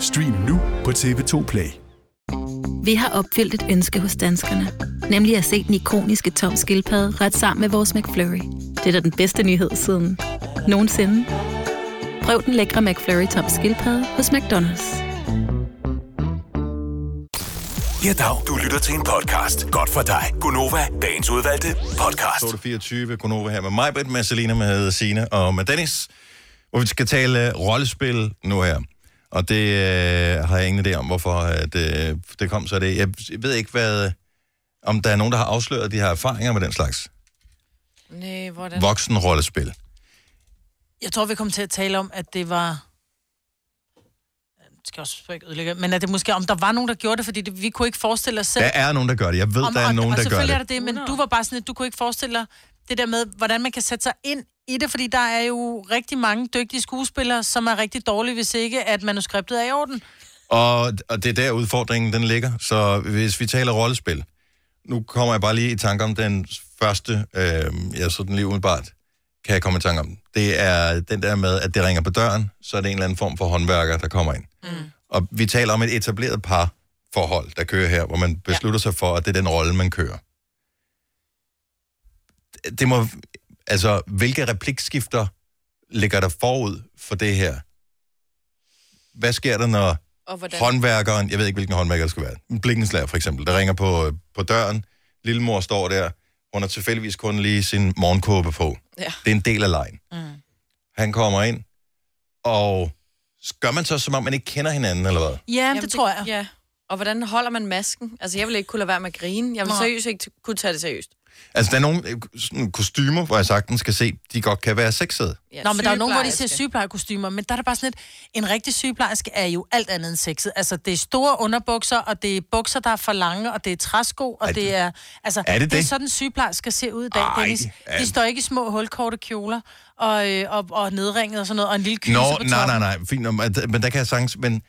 Stream nu på TV2 Play. Vi har opfyldt et ønske hos danskerne. Nemlig at se den ikoniske tom skildpadde ret sammen med vores McFlurry. Det er da den bedste nyhed siden nogensinde. Prøv den lækre McFlurry tom skildpadde hos McDonald's. Ja, dag. Du lytter til en podcast. Godt for dig. Gunova, dagens udvalgte podcast. 8.24, Gunova her med mig, Britt, med Selina, med Sine og med Dennis, hvor vi skal tale øh, rollespil nu her. Og det øh, har jeg ingen idé om, hvorfor at, øh, det kom så det. Jeg ved ikke, hvad, øh, om der er nogen, der har afsløret, at de har erfaringer med den slags Nej, hvordan? voksenrollespil. Jeg tror, vi kom til at tale om, at det var... Jeg skal også ikke ødelægge, men at det måske, om der var nogen, der gjorde det, fordi det, vi kunne ikke forestille os selv... Der er nogen, der gør det. Jeg ved, om, der er og- nogen, og der gør selvfølgelig er det. der det, men du var bare sådan, at du kunne ikke forestille dig det der med, hvordan man kan sætte sig ind i det, fordi der er jo rigtig mange dygtige skuespillere, som er rigtig dårlige, hvis ikke, at manuskriptet er i orden. Og, og det er der udfordringen, den ligger. Så hvis vi taler rollespil, nu kommer jeg bare lige i tanke om den første, øh, jeg sådan lige umiddelbart kan jeg komme i tanke om. Det er den der med, at det ringer på døren, så er det en eller anden form for håndværker, der kommer ind. Mm. Og vi taler om et etableret par forhold, der kører her, hvor man beslutter sig for, at det er den rolle, man kører. Det må, altså, hvilke replikskifter ligger der forud for det her? Hvad sker der, når Og hvordan? håndværkeren, jeg ved ikke, hvilken håndværker det skal være, en blikkenslager for eksempel, der ringer på, øh, på døren, lillemor står der, hun har tilfældigvis kun lige sin morgenkåbe på. Ja. Det er en del af lejen. Mm. Han kommer ind, og gør man så, som om man ikke kender hinanden, eller hvad? Ja, Jamen, det tror jeg. Ja. Og hvordan holder man masken? Altså, jeg vil ikke kunne lade være med at grine. Jeg vil Nej. seriøst ikke kunne tage det seriøst. Altså, der er nogle øh, sådan, kostymer, hvor jeg sagtens kan se, de godt kan være sexede. Ja, Nå, men der er jo nogen, hvor de ser sygeplejerske. sygeplejerkostymer, men der er der bare sådan lidt, en rigtig sygeplejerske er jo alt andet end sexet. Altså, det er store underbukser, og det er bukser, der er for lange, og det er træsko, og det er... Altså, Er det det er det? sådan, sygeplejersker ser ud i dag, Ej, Dennis. ja. De står ikke i små hulkorte kjoler, og, øh, og, og nedringet og sådan noget, og en lille kyse Nå, på nej, nej, toppen. nej, fint, nok, men der- men der kan jeg sagtens, men,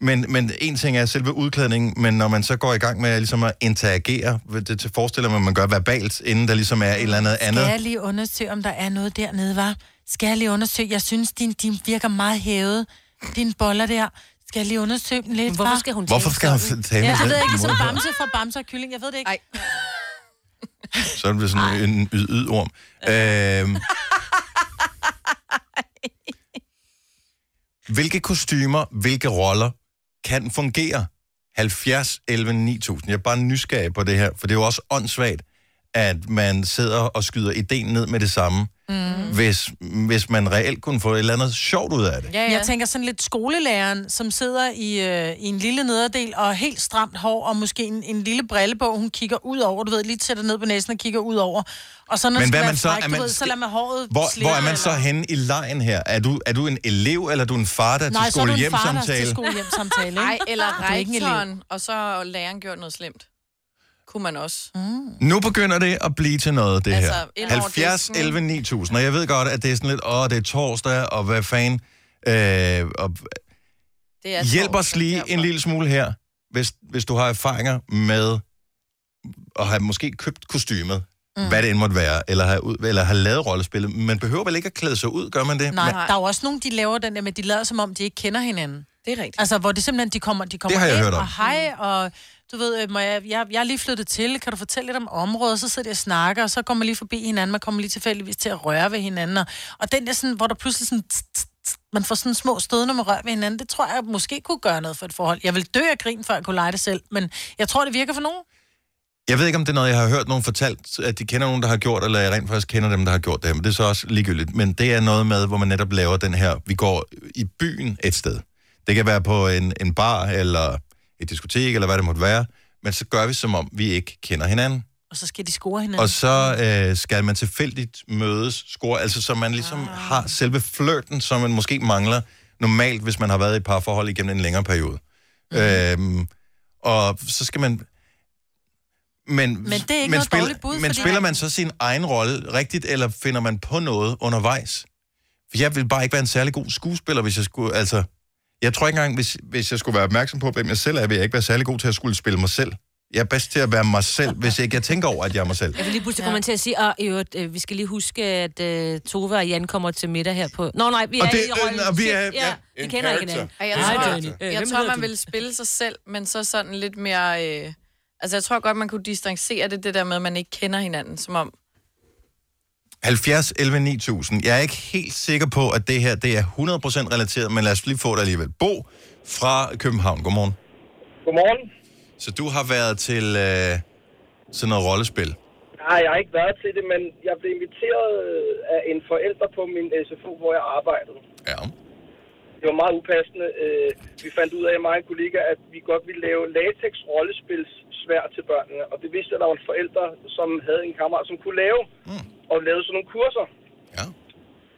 men, men en ting er selve udklædningen, men når man så går i gang med ligesom at interagere, det det forestiller man, man gør verbalt, inden der ligesom er et eller andet andet. Skal jeg lige undersøge, om der er noget dernede, var? Skal jeg lige undersøge? Jeg synes, din, din virker meget hævet. Din boller der. Skal jeg lige undersøge den lidt, Hvorfor skal hun Hvorfor skal hun tale Ja, med jeg ved den ikke, så måde? bamse fra bamse og kylling. Jeg ved det ikke. Ej. Så er det sådan en yd-yd-orm. Øhm, Hvilke kostymer, hvilke roller kan fungere? 70, 11, 9000. Jeg er bare nysgerrig på det her, for det er jo også åndssvagt, at man sidder og skyder ideen ned med det samme, Mm. hvis, hvis man reelt kunne få et eller andet sjovt ud af det. Ja, ja. Jeg tænker sådan lidt skolelæreren, som sidder i, øh, i en lille nederdel og har helt stramt hår, og måske en, en lille brillebog, hun kigger ud over, du ved, lige sætter ned på næsen og kigger ud over. Og så, når Men det skal hvad er være man så? frækt, Er du man ved, så sk- lader man håret Hvor, slette, hvor er man eller- så henne i lejen her? Er du, er du en elev, eller er du en far, der er til så er du skole en hjem far, der er til samtale? skolehjemsamtale, ikke? Nej, Du eller er ikke en elev. rektoren, og så læreren gjort noget slemt. Kunne man også. Mm. Nu begynder det at blive til noget, det Altså, her. ind over 70, disken, ikke? 11, 9000. Og jeg ved godt, at det er sådan lidt, åh, det er torsdag, og hvad fanden. Øh, og Det er hjælp os lige en lille smule her, hvis, hvis du har erfaringer med at have måske købt kostymet, mm. hvad det end måtte være, eller have, ud, eller have lavet rollespillet. Man behøver vel ikke at klæde sig ud, gør man det? Nej, Men- der er jo også nogen, de laver den der, men de lader som om, de ikke kender hinanden. Det er rigtigt. Altså, hvor det simpelthen, de kommer, de Det har kommer jeg ind hørt om. og hej, og du ved, øh, må jeg, jeg, jeg er lige flyttet til, kan du fortælle lidt om området? Så sidder jeg og snakker, og så kommer man lige forbi hinanden, man kommer lige tilfældigvis til at røre ved hinanden. Og, og den der sådan, hvor der pludselig sådan, tss, tss, tss, man får sådan små stød, når man rører ved hinanden, det tror jeg måske kunne gøre noget for et forhold. Jeg vil dø af grin, før jeg kunne lege det selv, men jeg tror, det virker for nogen. Jeg ved ikke, om det er noget, jeg har hørt nogen fortalt, at de kender nogen, der har gjort, eller jeg rent faktisk kender dem, der har gjort det. Men det er så også ligegyldigt. Men det er noget med, hvor man netop laver den her, vi går i byen et sted. Det kan være på en, en bar, eller et diskotek, eller hvad det måtte være. Men så gør vi, som om vi ikke kender hinanden. Og så skal de score hinanden. Og så øh, skal man tilfældigt mødes, score, altså så man ligesom ah. har selve flirten, som man måske mangler normalt, hvis man har været i et parforhold igennem en længere periode. Mhm. Mm. Øhm, og så skal man... Men, men det er ikke noget dårligt bud, Men fordi- spiller man så sin egen rolle rigtigt, eller finder man på noget undervejs? For jeg vil bare ikke være en særlig god skuespiller, hvis jeg skulle... Altså, jeg tror ikke engang, hvis, hvis jeg skulle være opmærksom på, hvem jeg selv er, vil jeg ikke være særlig god til at skulle spille mig selv. Jeg er bedst til at være mig selv, hvis ikke jeg tænker over, at jeg er mig selv. Jeg vil lige pludselig komme til at sige, og i øvrigt, øh, vi skal lige huske, at øh, Tove og Jan kommer til middag her på... Nå nej, vi er Og det- i rollen. øh, og vi er- Shit, ja, ja, vi en kender ikke character. hinanden. Og jeg Nej, tror, Johnny. Øh, hvem jeg tror hedder man du? ville spille sig selv, men så sådan lidt mere... Øh, altså, jeg tror godt, man kunne distancere det, det der med, at man ikke kender hinanden, som om... 70 11 9000. Jeg er ikke helt sikker på, at det her det er 100% relateret, men lad os lige få det alligevel. Bo fra København. Godmorgen. Godmorgen. Så du har været til øh, sådan noget rollespil. Nej, jeg har ikke været til det, men jeg blev inviteret øh, af en forælder på min øh, SFO, hvor jeg arbejdede. Ja. Det var meget upassende. Øh, Vi fandt ud af, mig og en kollega, at vi godt ville lave latex-rollespilsvær til børnene. Og det vidste jeg, at der var en forælder, som havde en kammerat, som kunne lave. Mm. Og lavede sådan nogle kurser. Ja.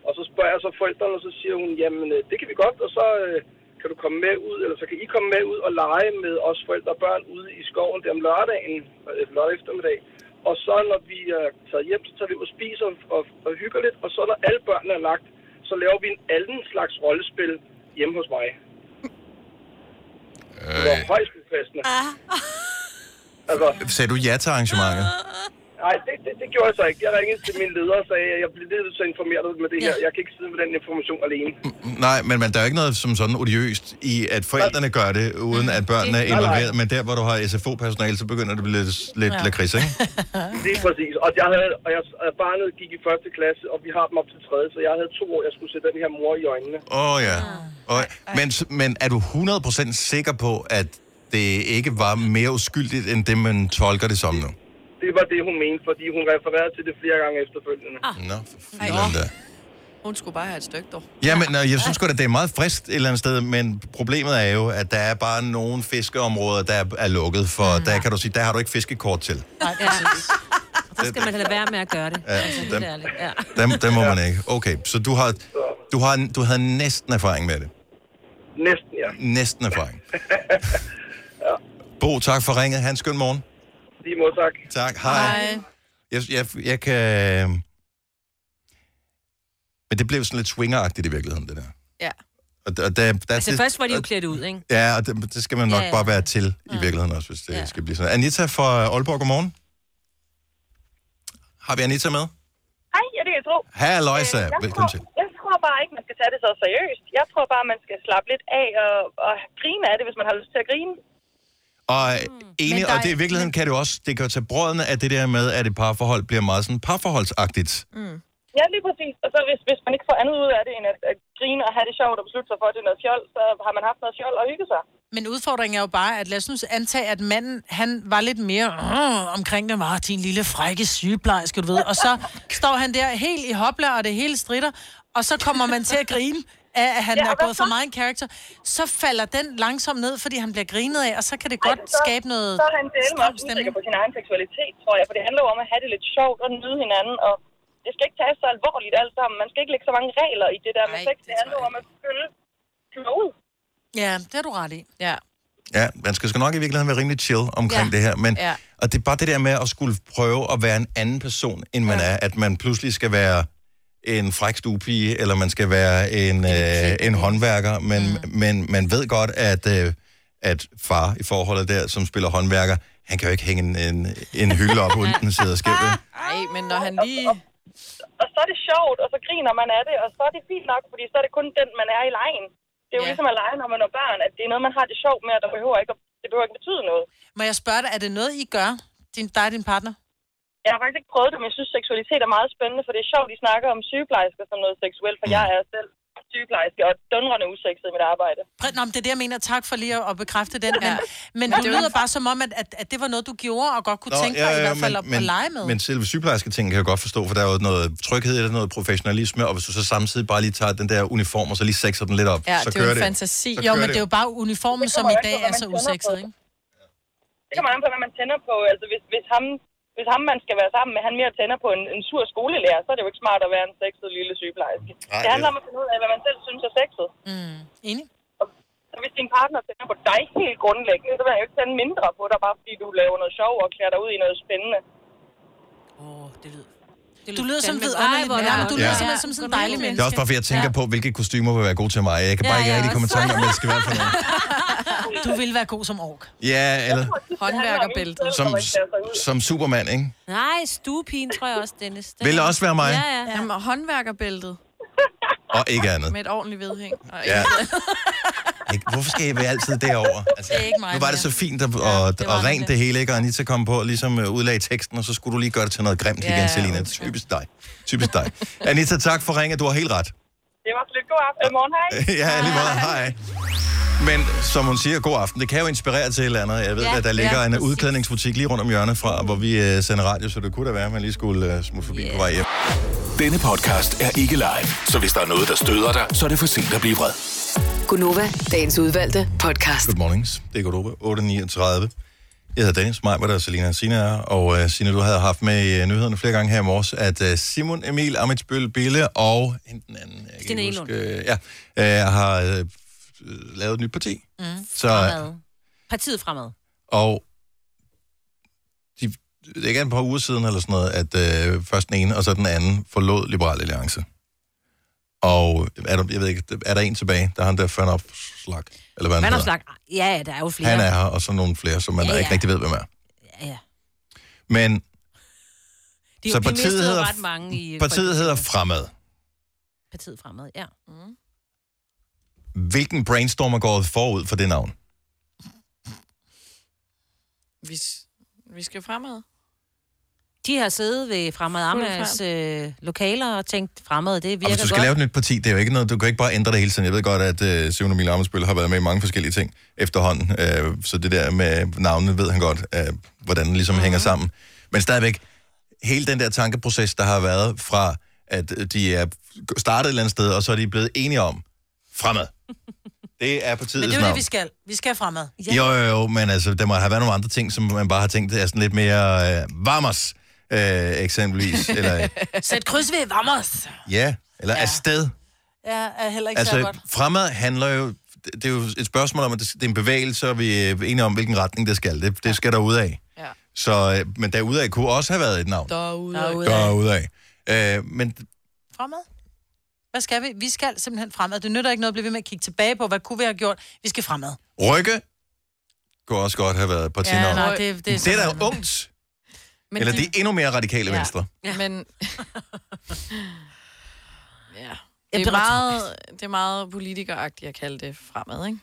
Og så spørger jeg så forældrene, og så siger hun, jamen øh, det kan vi godt, og så øh, kan du komme med ud, eller så kan I komme med ud og lege med os forældre og børn ude i skoven der om lørdagen, øh, lørdag eftermiddag. Og så når vi er taget hjem, så tager vi ud og spiser og, og hygger lidt, og så når alle børnene er lagt, så laver vi en anden slags rollespil hjemme hos mig. Det var højst upassende. Altså, Sagde du ja til arrangementet? nej, det, det, det gjorde jeg så ikke. Jeg ringede til min leder og sagde, at jeg blev lidt så informeret med det her. Jeg kan ikke sidde med den information alene. Nej, men, men der er jo ikke noget som sådan odiøst i, at forældrene gør det, uden at børnene er Nej, nej. involveret. Men der, hvor du har SFO-personale, så begynder det at blive lidt, lidt Ja. ja. lakrids, ikke? Lige præcis. Og, jeg havde, og jeg, og barnet gik i første klasse, og vi har dem op til tredje, så jeg havde to år, jeg skulle se den her mor i øjnene. Åh oh, Ah. ja. Og, men, men er du 100% sikker på, at det ikke var mere uskyldigt, end det, man tolker det som nu? Det var det, hun mente, fordi hun refererede til det flere gange efterfølgende. Ah. Nå, Ej, Sådan der. hun skulle bare have et stykke, dog. Jamen, nå, jeg synes godt, at det er meget frist et eller andet sted, men problemet er jo, at der er bare nogle fiskeområder, der er- er lukket, for Mm. der kan du sige, der har du ikke fiskekort til. Ja. Så skal man lade være med at gøre det. Ja, altså, helt dem- ærligt. Ja. Dem, dem må man ikke. Okay, så du har, du har, du havde næsten erfaring med det. Næsten, ja. Næsten erfaring. Bo, tak for ringet. Hans, skøn morgen. Lige måde, tak. Tak, hej. Jeg, jeg, jeg kan... Men det blev sådan lidt swingeragtigt i virkeligheden, det der. Ja. Og, og der, der Altså først var de jo klædt ud, ikke? Ja, og det, det skal man nok Ja, ja, ja. ja. bare være til i virkeligheden også, hvis det ja. skal blive sådan. Anita fra Aalborg, godmorgen. Har vi Anita med? Hej, ja, det er jeg tro. Halløjsa, Øh, jeg velkommen tror, til. Jeg tror bare ikke, man skal tage det så seriøst. Jeg tror bare, man skal slappe lidt af og, og grine af det, hvis man har lyst til at grine. Og øh, enig, der og det i er- virkeligheden kan det jo også, det kan jo tage brødene af det der med, at et parforhold bliver meget sådan parforholdsagtigt. Mm. Ja, lige præcis. Og så hvis, hvis man ikke får andet ud af det, end at, at grine og have det sjovt og beslutte sig for, at det er noget fjol, så har man haft noget fjol og hygge sig. Men udfordringen er jo bare, at lad os nu antage, at manden, han var lidt mere "Åh, omkring det, var din lille frække sygeplejerske, du ved. Og så står han der helt i hopla, og det hele stritter, og så kommer man til at grine af, at han Ja, ja, og er hvad gået for så? meget en karakter. Så falder den langsomt ned, fordi han bliver grinet af, og så kan det godt så, skabe noget... Så er han delt mig også usikker på sin egen seksualitet, tror jeg. For det handler jo om at have det lidt sjovt og nyde hinanden. Og det skal ikke tages så alvorligt alt sammen. Man skal ikke lægge så mange regler i det der med sex. Det handler jo om at følge flowet. Ja, det har du ret i. Ja. Ja, man skal sgu nok i virkeligheden være rimelig chill omkring Ja. ja. det her. Men, Ja. ja. Og det er bare det der med at skulle prøve at være en anden person, end man ja. er. At man pludselig skal være en fræk stuepige, eller man skal være en, øh, en håndværker. Men, mm. men man ved godt, at, øh, at far i forholdet der, som spiller håndværker, han kan jo ikke hænge en, en, en hylde op, uden den sidder skævt. Ah, vel? Nej, men når han lige... Og så er det sjovt, og så griner man af det, og så er det fint nok, fordi så er det kun den, man er i lejen. Det er jo Ja. ja. ligesom at lege, når man er børn, at det er noget, man har det sjovt med, og der behøver ikke, at, det behøver ikke betyde noget. Må jeg spørge dig, er det noget, I gør, din, dig og din partner? Jeg har faktisk ikke prøvet det, men jeg synes, seksualitet er meget spændende, for det er sjovt, de snakker om sygeplejersker som noget seksuelt, Mm. for jeg er selv sygeplejerske og dundrende usekset i mit arbejde. Præ- Nå, men det er det, jeg mener. Tak for lige at, at bekræfte den. Men, men Ja. det lyder bare som om, at, at, at det var noget, du gjorde og godt kunne Nå, tænke dig i hvert fald at, at lege med. men selve sygeplejerske ting kan jeg godt forstå, for der er jo noget tryghed i det, noget professionalisme, og hvis du så samtidig bare lige tager den der uniform, og så lige sexer den lidt op, Ja, det så er kører jo det. fantasi. Så Jo, kører men det er jo bare uniformen, som i dag er så usekset, ikke? Det kommer an på, hvad man tænder på. Altså, hvis, hvis, ham, hvis ham, man skal være sammen med, han mere tænder på en, en sur skolelærer, så er det jo ikke smart at være en sexet lille sygeplejerske. Nej, det handler det- om at finde ud af, hvad man selv synes er sexet. Mm. Enig? Så hvis din partner tænder på dig helt grundlæggende, så vil han jo ikke tænde mindre på dig, bare fordi du laver noget sjov og klæder dig ud i noget spændende. Du lyder som fandme ved godt. Ej, hvor er det ja, men du godt. lyder Ja. simpelthen som sådan en dejlig Det menneske. er også bare, fordi jeg tænker ja. på, hvilke kostymer vil være gode til mig. Jeg kan bare Ja, ja, ikke jeg rigtig komme i også. tanke om, hvad det skal være for noget. Du vil være god som ork. Ja, eller Håndværkerbæltet. som, som Superman, ikke? Nej, stuepigen tror jeg også, Dennis. Den Vil det også være mig? Ja, ja. Jamen, håndværkerbæltet Og ikke andet. med et ordentligt vedhæng. Og Ja. Ikke? Hvorfor skal jeg være altid derovre? Altså, Det er ikke mig, nu var det det så fint og, og, og rent det hele, ikke? Og Anita kom på og ligesom øh, udlagde teksten, og så skulle du lige gøre det til noget grimt Ja, igen, Selina. Typisk dig. Typisk dig. Anita, tak for ringet. Du har helt ret. Det var så lidt god aften. Morgen, hej. ja, lige meget. Hej. Men som hun siger, god aften. Det kan jo inspirere til et eller andet. Jeg ved, Ja, ja, at der ja, ligger ja, en præcis. udklædningsbutik lige rundt om hjørnet fra, hvor vi øh, sender radio, så det kunne da være, at man lige skulle øh, smutte forbi yeah. på vej hjem. Denne podcast er ikke live, så hvis der er noget, der støder dig, så er det for sent at blive vred. Gunova, dagens udvalgte podcast. Good mornings. Det er Godova, 8.39. Jeg hedder Dennis Meiber, der er Selina og Sina er, og uh, Sina, du havde haft med i uh, nyhederne flere gange her i morges, at uh, Simon Emil Amitsbøl Bille og hende den anden, jeg Stine ikke Egelund. huske, uh, ja, uh, har uh, lavet et nyt parti. Mm. øh, Så- Fremad. Partiet fremad. Og de, det er ikke en par uger siden, eller sådan noget, at øh, først den ene, og så den anden forlod Liberal Alliance. Og er der, jeg ved ikke, er der en tilbage? Der er han der Van Opslag, eller hvad Man han har hedder. sagt, ja, ja, der er jo flere. Han er her, og så nogle flere, som man Ja, ja, ja. ikke ja. rigtig ved, hvem er. Ja, ja. Men De, Så så partiet de partiet mistede hedder, hedder- ret mange i partiet hedder Fremad. partiet fremad, ja. Mm. Hvilken brainstorm er gået forud for det navn? Vi, s- øh, vi skal fremad. De har siddet ved Fremad Amagers øh, lokaler og tænkt, Fremad, det virker Og hvis du skal godt. lave et nyt parti, det er jo ikke noget, du kan ikke bare ændre det hele tiden. Jeg ved godt, at øh, Simon Emil Amensbøl har været med i mange forskellige ting efterhånden, øh, så det der med navnene ved han godt, øh, hvordan det ligesom mm-hmm. hænger sammen. Men stadigvæk, hele den der tankeproces, der har været fra, at øh, de er startet et eller andet sted, og så er de blevet enige om fremad. Det Men er det partiets er jo det, navn. vi skal. Vi skal fremad. Jo, jo, jo, men altså, der må have været nogle andre ting, som man bare har tænkt, det er sådan lidt mere øh, varmers, øh, eksempelvis. Eller, Sæt kryds ved Vammers. ja, eller ja. afsted. Ja, er heller ikke så Altså, godt. fremad handler jo... det- Det er jo et spørgsmål om, at det det er en bevægelse, og vi er enige om, hvilken retning det skal. Det, det skal der ud af. Ja. Så, øh, men derudad kunne også have været et navn. Derude. Derudad. Øh, men Fremad. Hvad skal vi? Vi skal simpelthen fremad. Det nytter ikke noget at blive ved med at kigge tilbage på, hvad kunne vi have gjort? Vi skal fremad. Rykke kunne også godt have været partinavn. Ja, nej, det- det er det er da sådan- ungt. Men Eller det er endnu mere radikale ja. venstre. Ja. Men... ja. Jeg Det bliver er, meget, det er meget politikeragtigt at kalde det fremad, ikke?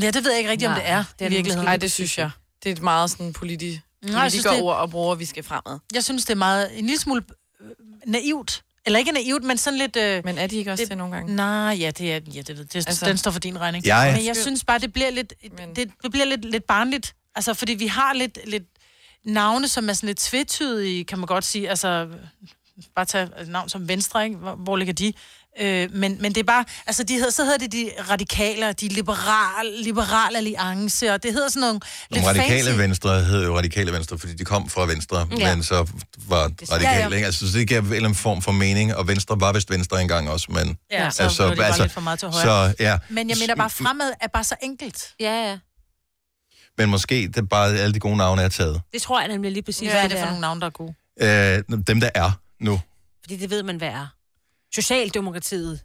Ja, det ved jeg ikke rigtigt, om Nej, det er, det er i det virkeligheden. måske. Nej, det synes jeg. Det er et meget sådan politi- Nej, jeg synes, det- politikerord at bruge, at vi skal fremad. Jeg synes, det er meget en lille smule øh, naivt. Eller ikke naivt, men sådan lidt... Øh, men er de ikke også det, det nogle gange? Nej, ja, det er ja, det, ved, det, altså, Altså- den står for din regning. Ja, ja. Men jeg synes bare, det bliver lidt, det, det bliver lidt, lidt barnligt. Altså, fordi vi har lidt, lidt navne, som er sådan lidt tvetydige, kan man godt sige. Altså, bare tage et navn som Venstre, ikke? Hvor, hvor ligger de? Øh, men, men det er bare, altså de hedder, så hedder det de radikale, og de liberal, liberal alliance, og det hedder sådan nogle Nogle radikale venstre hed jo radikale venstre, fordi de kom fra venstre, Ja. ja. men så var radikale. Ja, Ja, ja. ja. Ikke? Altså, så det gav en eller anden form for mening, og venstre var vist venstre engang også, men... altså, Ja, så blev de bare lidt for meget til højre. så, ja. Men jeg mener bare, fremad er bare så enkelt. Ja, ja. men måske det er bare alle de gode navne er taget. Det tror jeg nemlig lige præcis, Hvad er det for nogle navne, der er gode? Øh, dem, der er nu. Fordi det ved man, hvad er. Socialdemokratiet,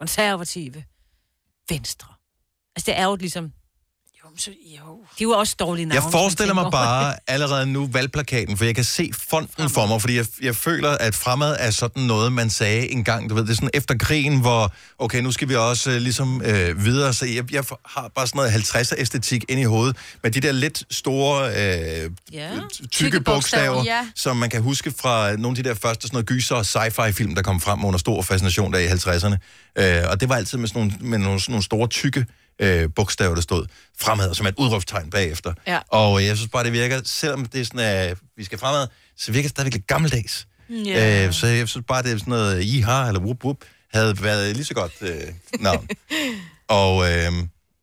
konservative, venstre. Altså, det er jo ligesom... Jo, så, jo. De er jo også dårlige navne. Jeg hvis man tænker forestiller mig over det. bare allerede nu valgplakaten, for jeg kan se fonden for mig, fordi jeg, jeg føler, at fremad er sådan noget, man sagde engang. Du ved, det er sådan efter krigen, hvor, okay, nu skal vi også øh, ligesom øh, videre. Så jeg, jeg har bare sådan noget 50'er æstetik ind i hovedet, med de der lidt store, øh, Ja. tykke, tykke bogstaver, ja. ja. som man kan huske fra nogle af de der første sådan noget gyser- og sci-fi-film, der kom frem under stor fascination der i 50'erne. Øh, og det var altid med sådan nogle, med nogle, sådan nogle store, tykke øh, bogstaver, der stod fremad, som er et udråbstegn bagefter. Ja. Og jeg synes bare, det virker, selvom det er sådan, at vi skal fremad, så virker det stadigvæk lidt gammeldags. Ja. Øh, så jeg synes bare, det er sådan noget, I har, eller whoop, whoop, havde været lige så godt øh, navn. og øh,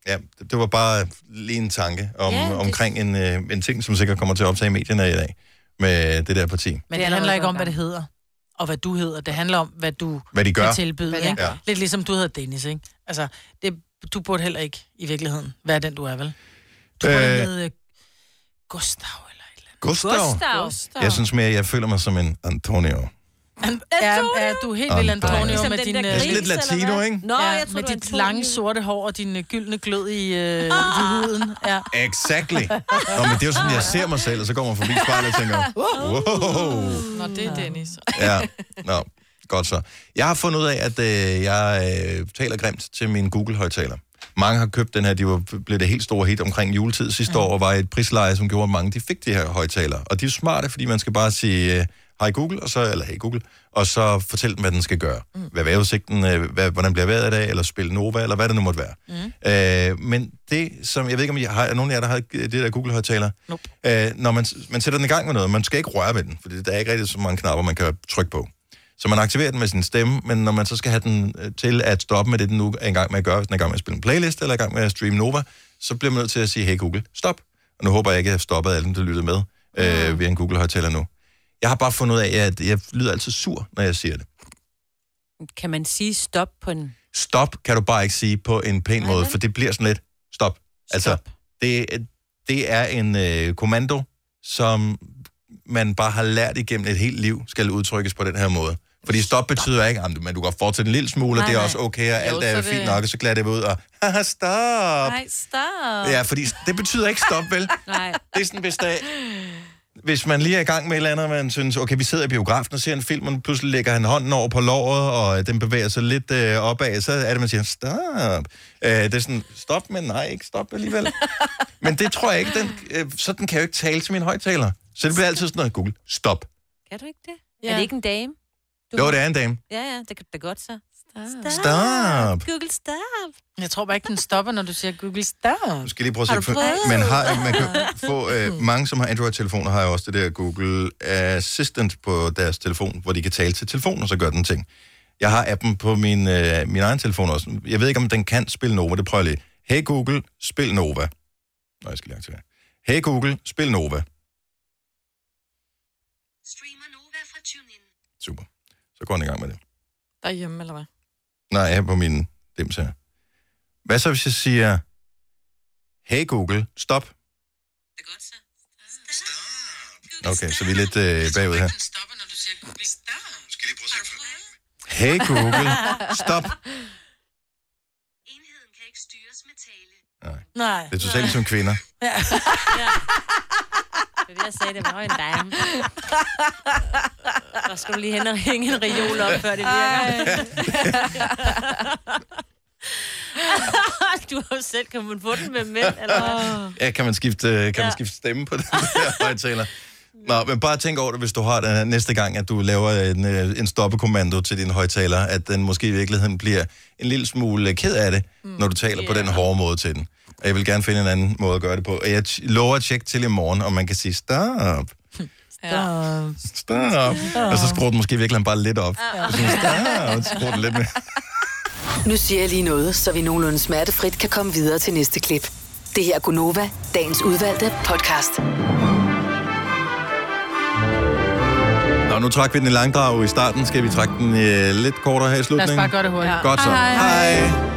ja, det, det var bare lige en tanke om, Ja, ja, det- omkring en, øh, en ting, som sikkert kommer til at optage i medierne i dag, med det der parti. Men det, det handler ikke om, hvad det hedder, og hvad du hedder. Det handler om, hvad du Hvad de gør. kan tilbyde. Hvad de ikke? gør. Lidt ligesom du hedder Dennis, ikke? Altså, det, du burde heller ikke i virkeligheden være den, du er, vel? Du burde Øh, hedde Gustav eller et eller andet. Gustav? Gustav. Jeg synes mere, jeg føler mig som en Antonio. An- er, er du helt vildt Antonio. Antonio Ligesom med den din... der øh, gris, Lidt eller latino, hvad? ikke? Nå, ja, jeg tror, med dit lange sorte hår og din øh, gyldne glød i, øh, i Ah! huden. Ja. Exactly. Nå, men det er jo sådan, jeg ser mig selv, og så går man forbi spejlet og tænker, wow. Nå, det er Dennis. Ja, nå, godt så. Jeg har fundet ud af, at øh, jeg øh, taler grimt til min Google-højtaler. Mange har købt den her, de var, blev det helt store hit omkring juletid sidste år, og var et prisleje, som gjorde, at mange de fik de her højtalere. Og de er smarte, fordi man skal bare sige, øh, hej Google, og så, eller hey Google, og så fortælle dem, hvad den skal gøre. Mm. Hvad er vejrudsigten, øh, hvad, hvordan bliver vejret i dag, eller spille Nova, eller hvad det nu måtte være. Øh, men det, som jeg ved ikke, om I har, er nogen af jer, der har det der Google-højtaler, nope. øh, når man, man sætter den i gang med noget, man skal ikke røre ved den, fordi der er ikke rigtig så mange knapper, man kan trykke på. Så man aktiverer den med sin stemme, men når man så skal have den øh, til at stoppe med det, den nu er i gang med at gøre, hvis den er i gang med at spille en playlist eller i gang med at streame Nova, så bliver man nødt til at sige, hey Google, stop. Og nu håber jeg ikke, at jeg har stoppet alle dem, der lyttede med øh, via en Google-højtaler nu. Jeg har bare fundet ud af, at jeg lyder altid sur, når jeg siger det. Kan man sige stop på en... Stop kan du bare ikke sige på en pæn måde, for det bliver sådan lidt stop. Altså, det, det er en øh, kommando, som man bare har lært igennem et helt liv, skal udtrykkes på den her måde. Fordi stop betyder ikke, at man du kan godt fortsætte en lille smule, og Nej, det er nej. også okay, og Jo, alt så er det- fint nok, og så glatter det ud, og haha, stop. Nej, stop. Ja, fordi det betyder ikke stop, vel? Nej. Det er sådan, hvis der... Hvis man lige er i gang med et eller andet, og man synes, okay, vi sidder i biografen og ser en film, og pludselig lægger han hånden over på låret, og øh, den bevæger sig lidt øh, opad, så er det, man siger, stop. Øh, det er sådan, stop, men nej, ikke stop alligevel. men det tror jeg ikke, den, øh, sådan kan jeg jo ikke tale til min højtaler. Så det bliver altid sådan noget, Google, stop. Kan du ikke det? Ja. Er det ikke en dame? Jo, det er en dame. Ja, ja, det kan det godt så. Stop. Stop. Google, stop. Jeg tror bare ikke, den stopper, når du siger Google stop. Nu skal jeg lige prøve at Har se. du for- prøvet? Man, har, man kan få, øh, mange, som har Android-telefoner, har jo også det der Google Assistant på deres telefon, hvor de kan tale til telefonen, og så gør den ting. Jeg har appen på min, øh, min egen telefon også. Jeg ved ikke, om den kan spille Nova. Det prøver jeg lige. Hey Google, spil Nova. Nå, jeg skal lige aktivere. Hey Google, spil Nova. Super. Så går den i gang med det. Derhjemme, eller hvad? Nej, jeg er på min dims her. Hvad så, hvis jeg siger, hey Google, stop? Okay, så vi er lidt øh, bagud her. Hey Google, stop. Nej. Det er totalt ligesom kvinder. Ja. ja. Det er det, jeg sagde, det var jo en dame. Der skal du lige hen og hænge en reol op, før det virker. du har jo selv kommet på den med mænd, eller hvad? Ja, kan man skifte, øh, kan Ja. man skifte stemme på den der højtaler? Nå, men bare tænk over det, hvis du har den her næste gang, at du laver en, øh, en stoppekommando til din højtaler, at den måske i virkeligheden bliver en lille smule ked af det, mm. når du taler yeah. på den hårde måde til den. Og jeg vil gerne finde en anden måde at gøre det på. Og jeg t- lover at tjekke til i morgen, om man kan sige stop. Ja. Stop. Og så skruer den måske i virkeligheden bare lidt op. Ah. Og så stop, så skruer den lidt mere. Nu siger jeg lige noget, så vi nogenlunde smertefrit kan komme videre til næste klip. Det her er Gunova, dagens udvalgte podcast. Nå, nu trak vi den i langdrag i starten. Skal vi trække den øh, lidt kortere her i Lad os slutningen? bare gøre det hurtigt. Godt så. Hej. hej.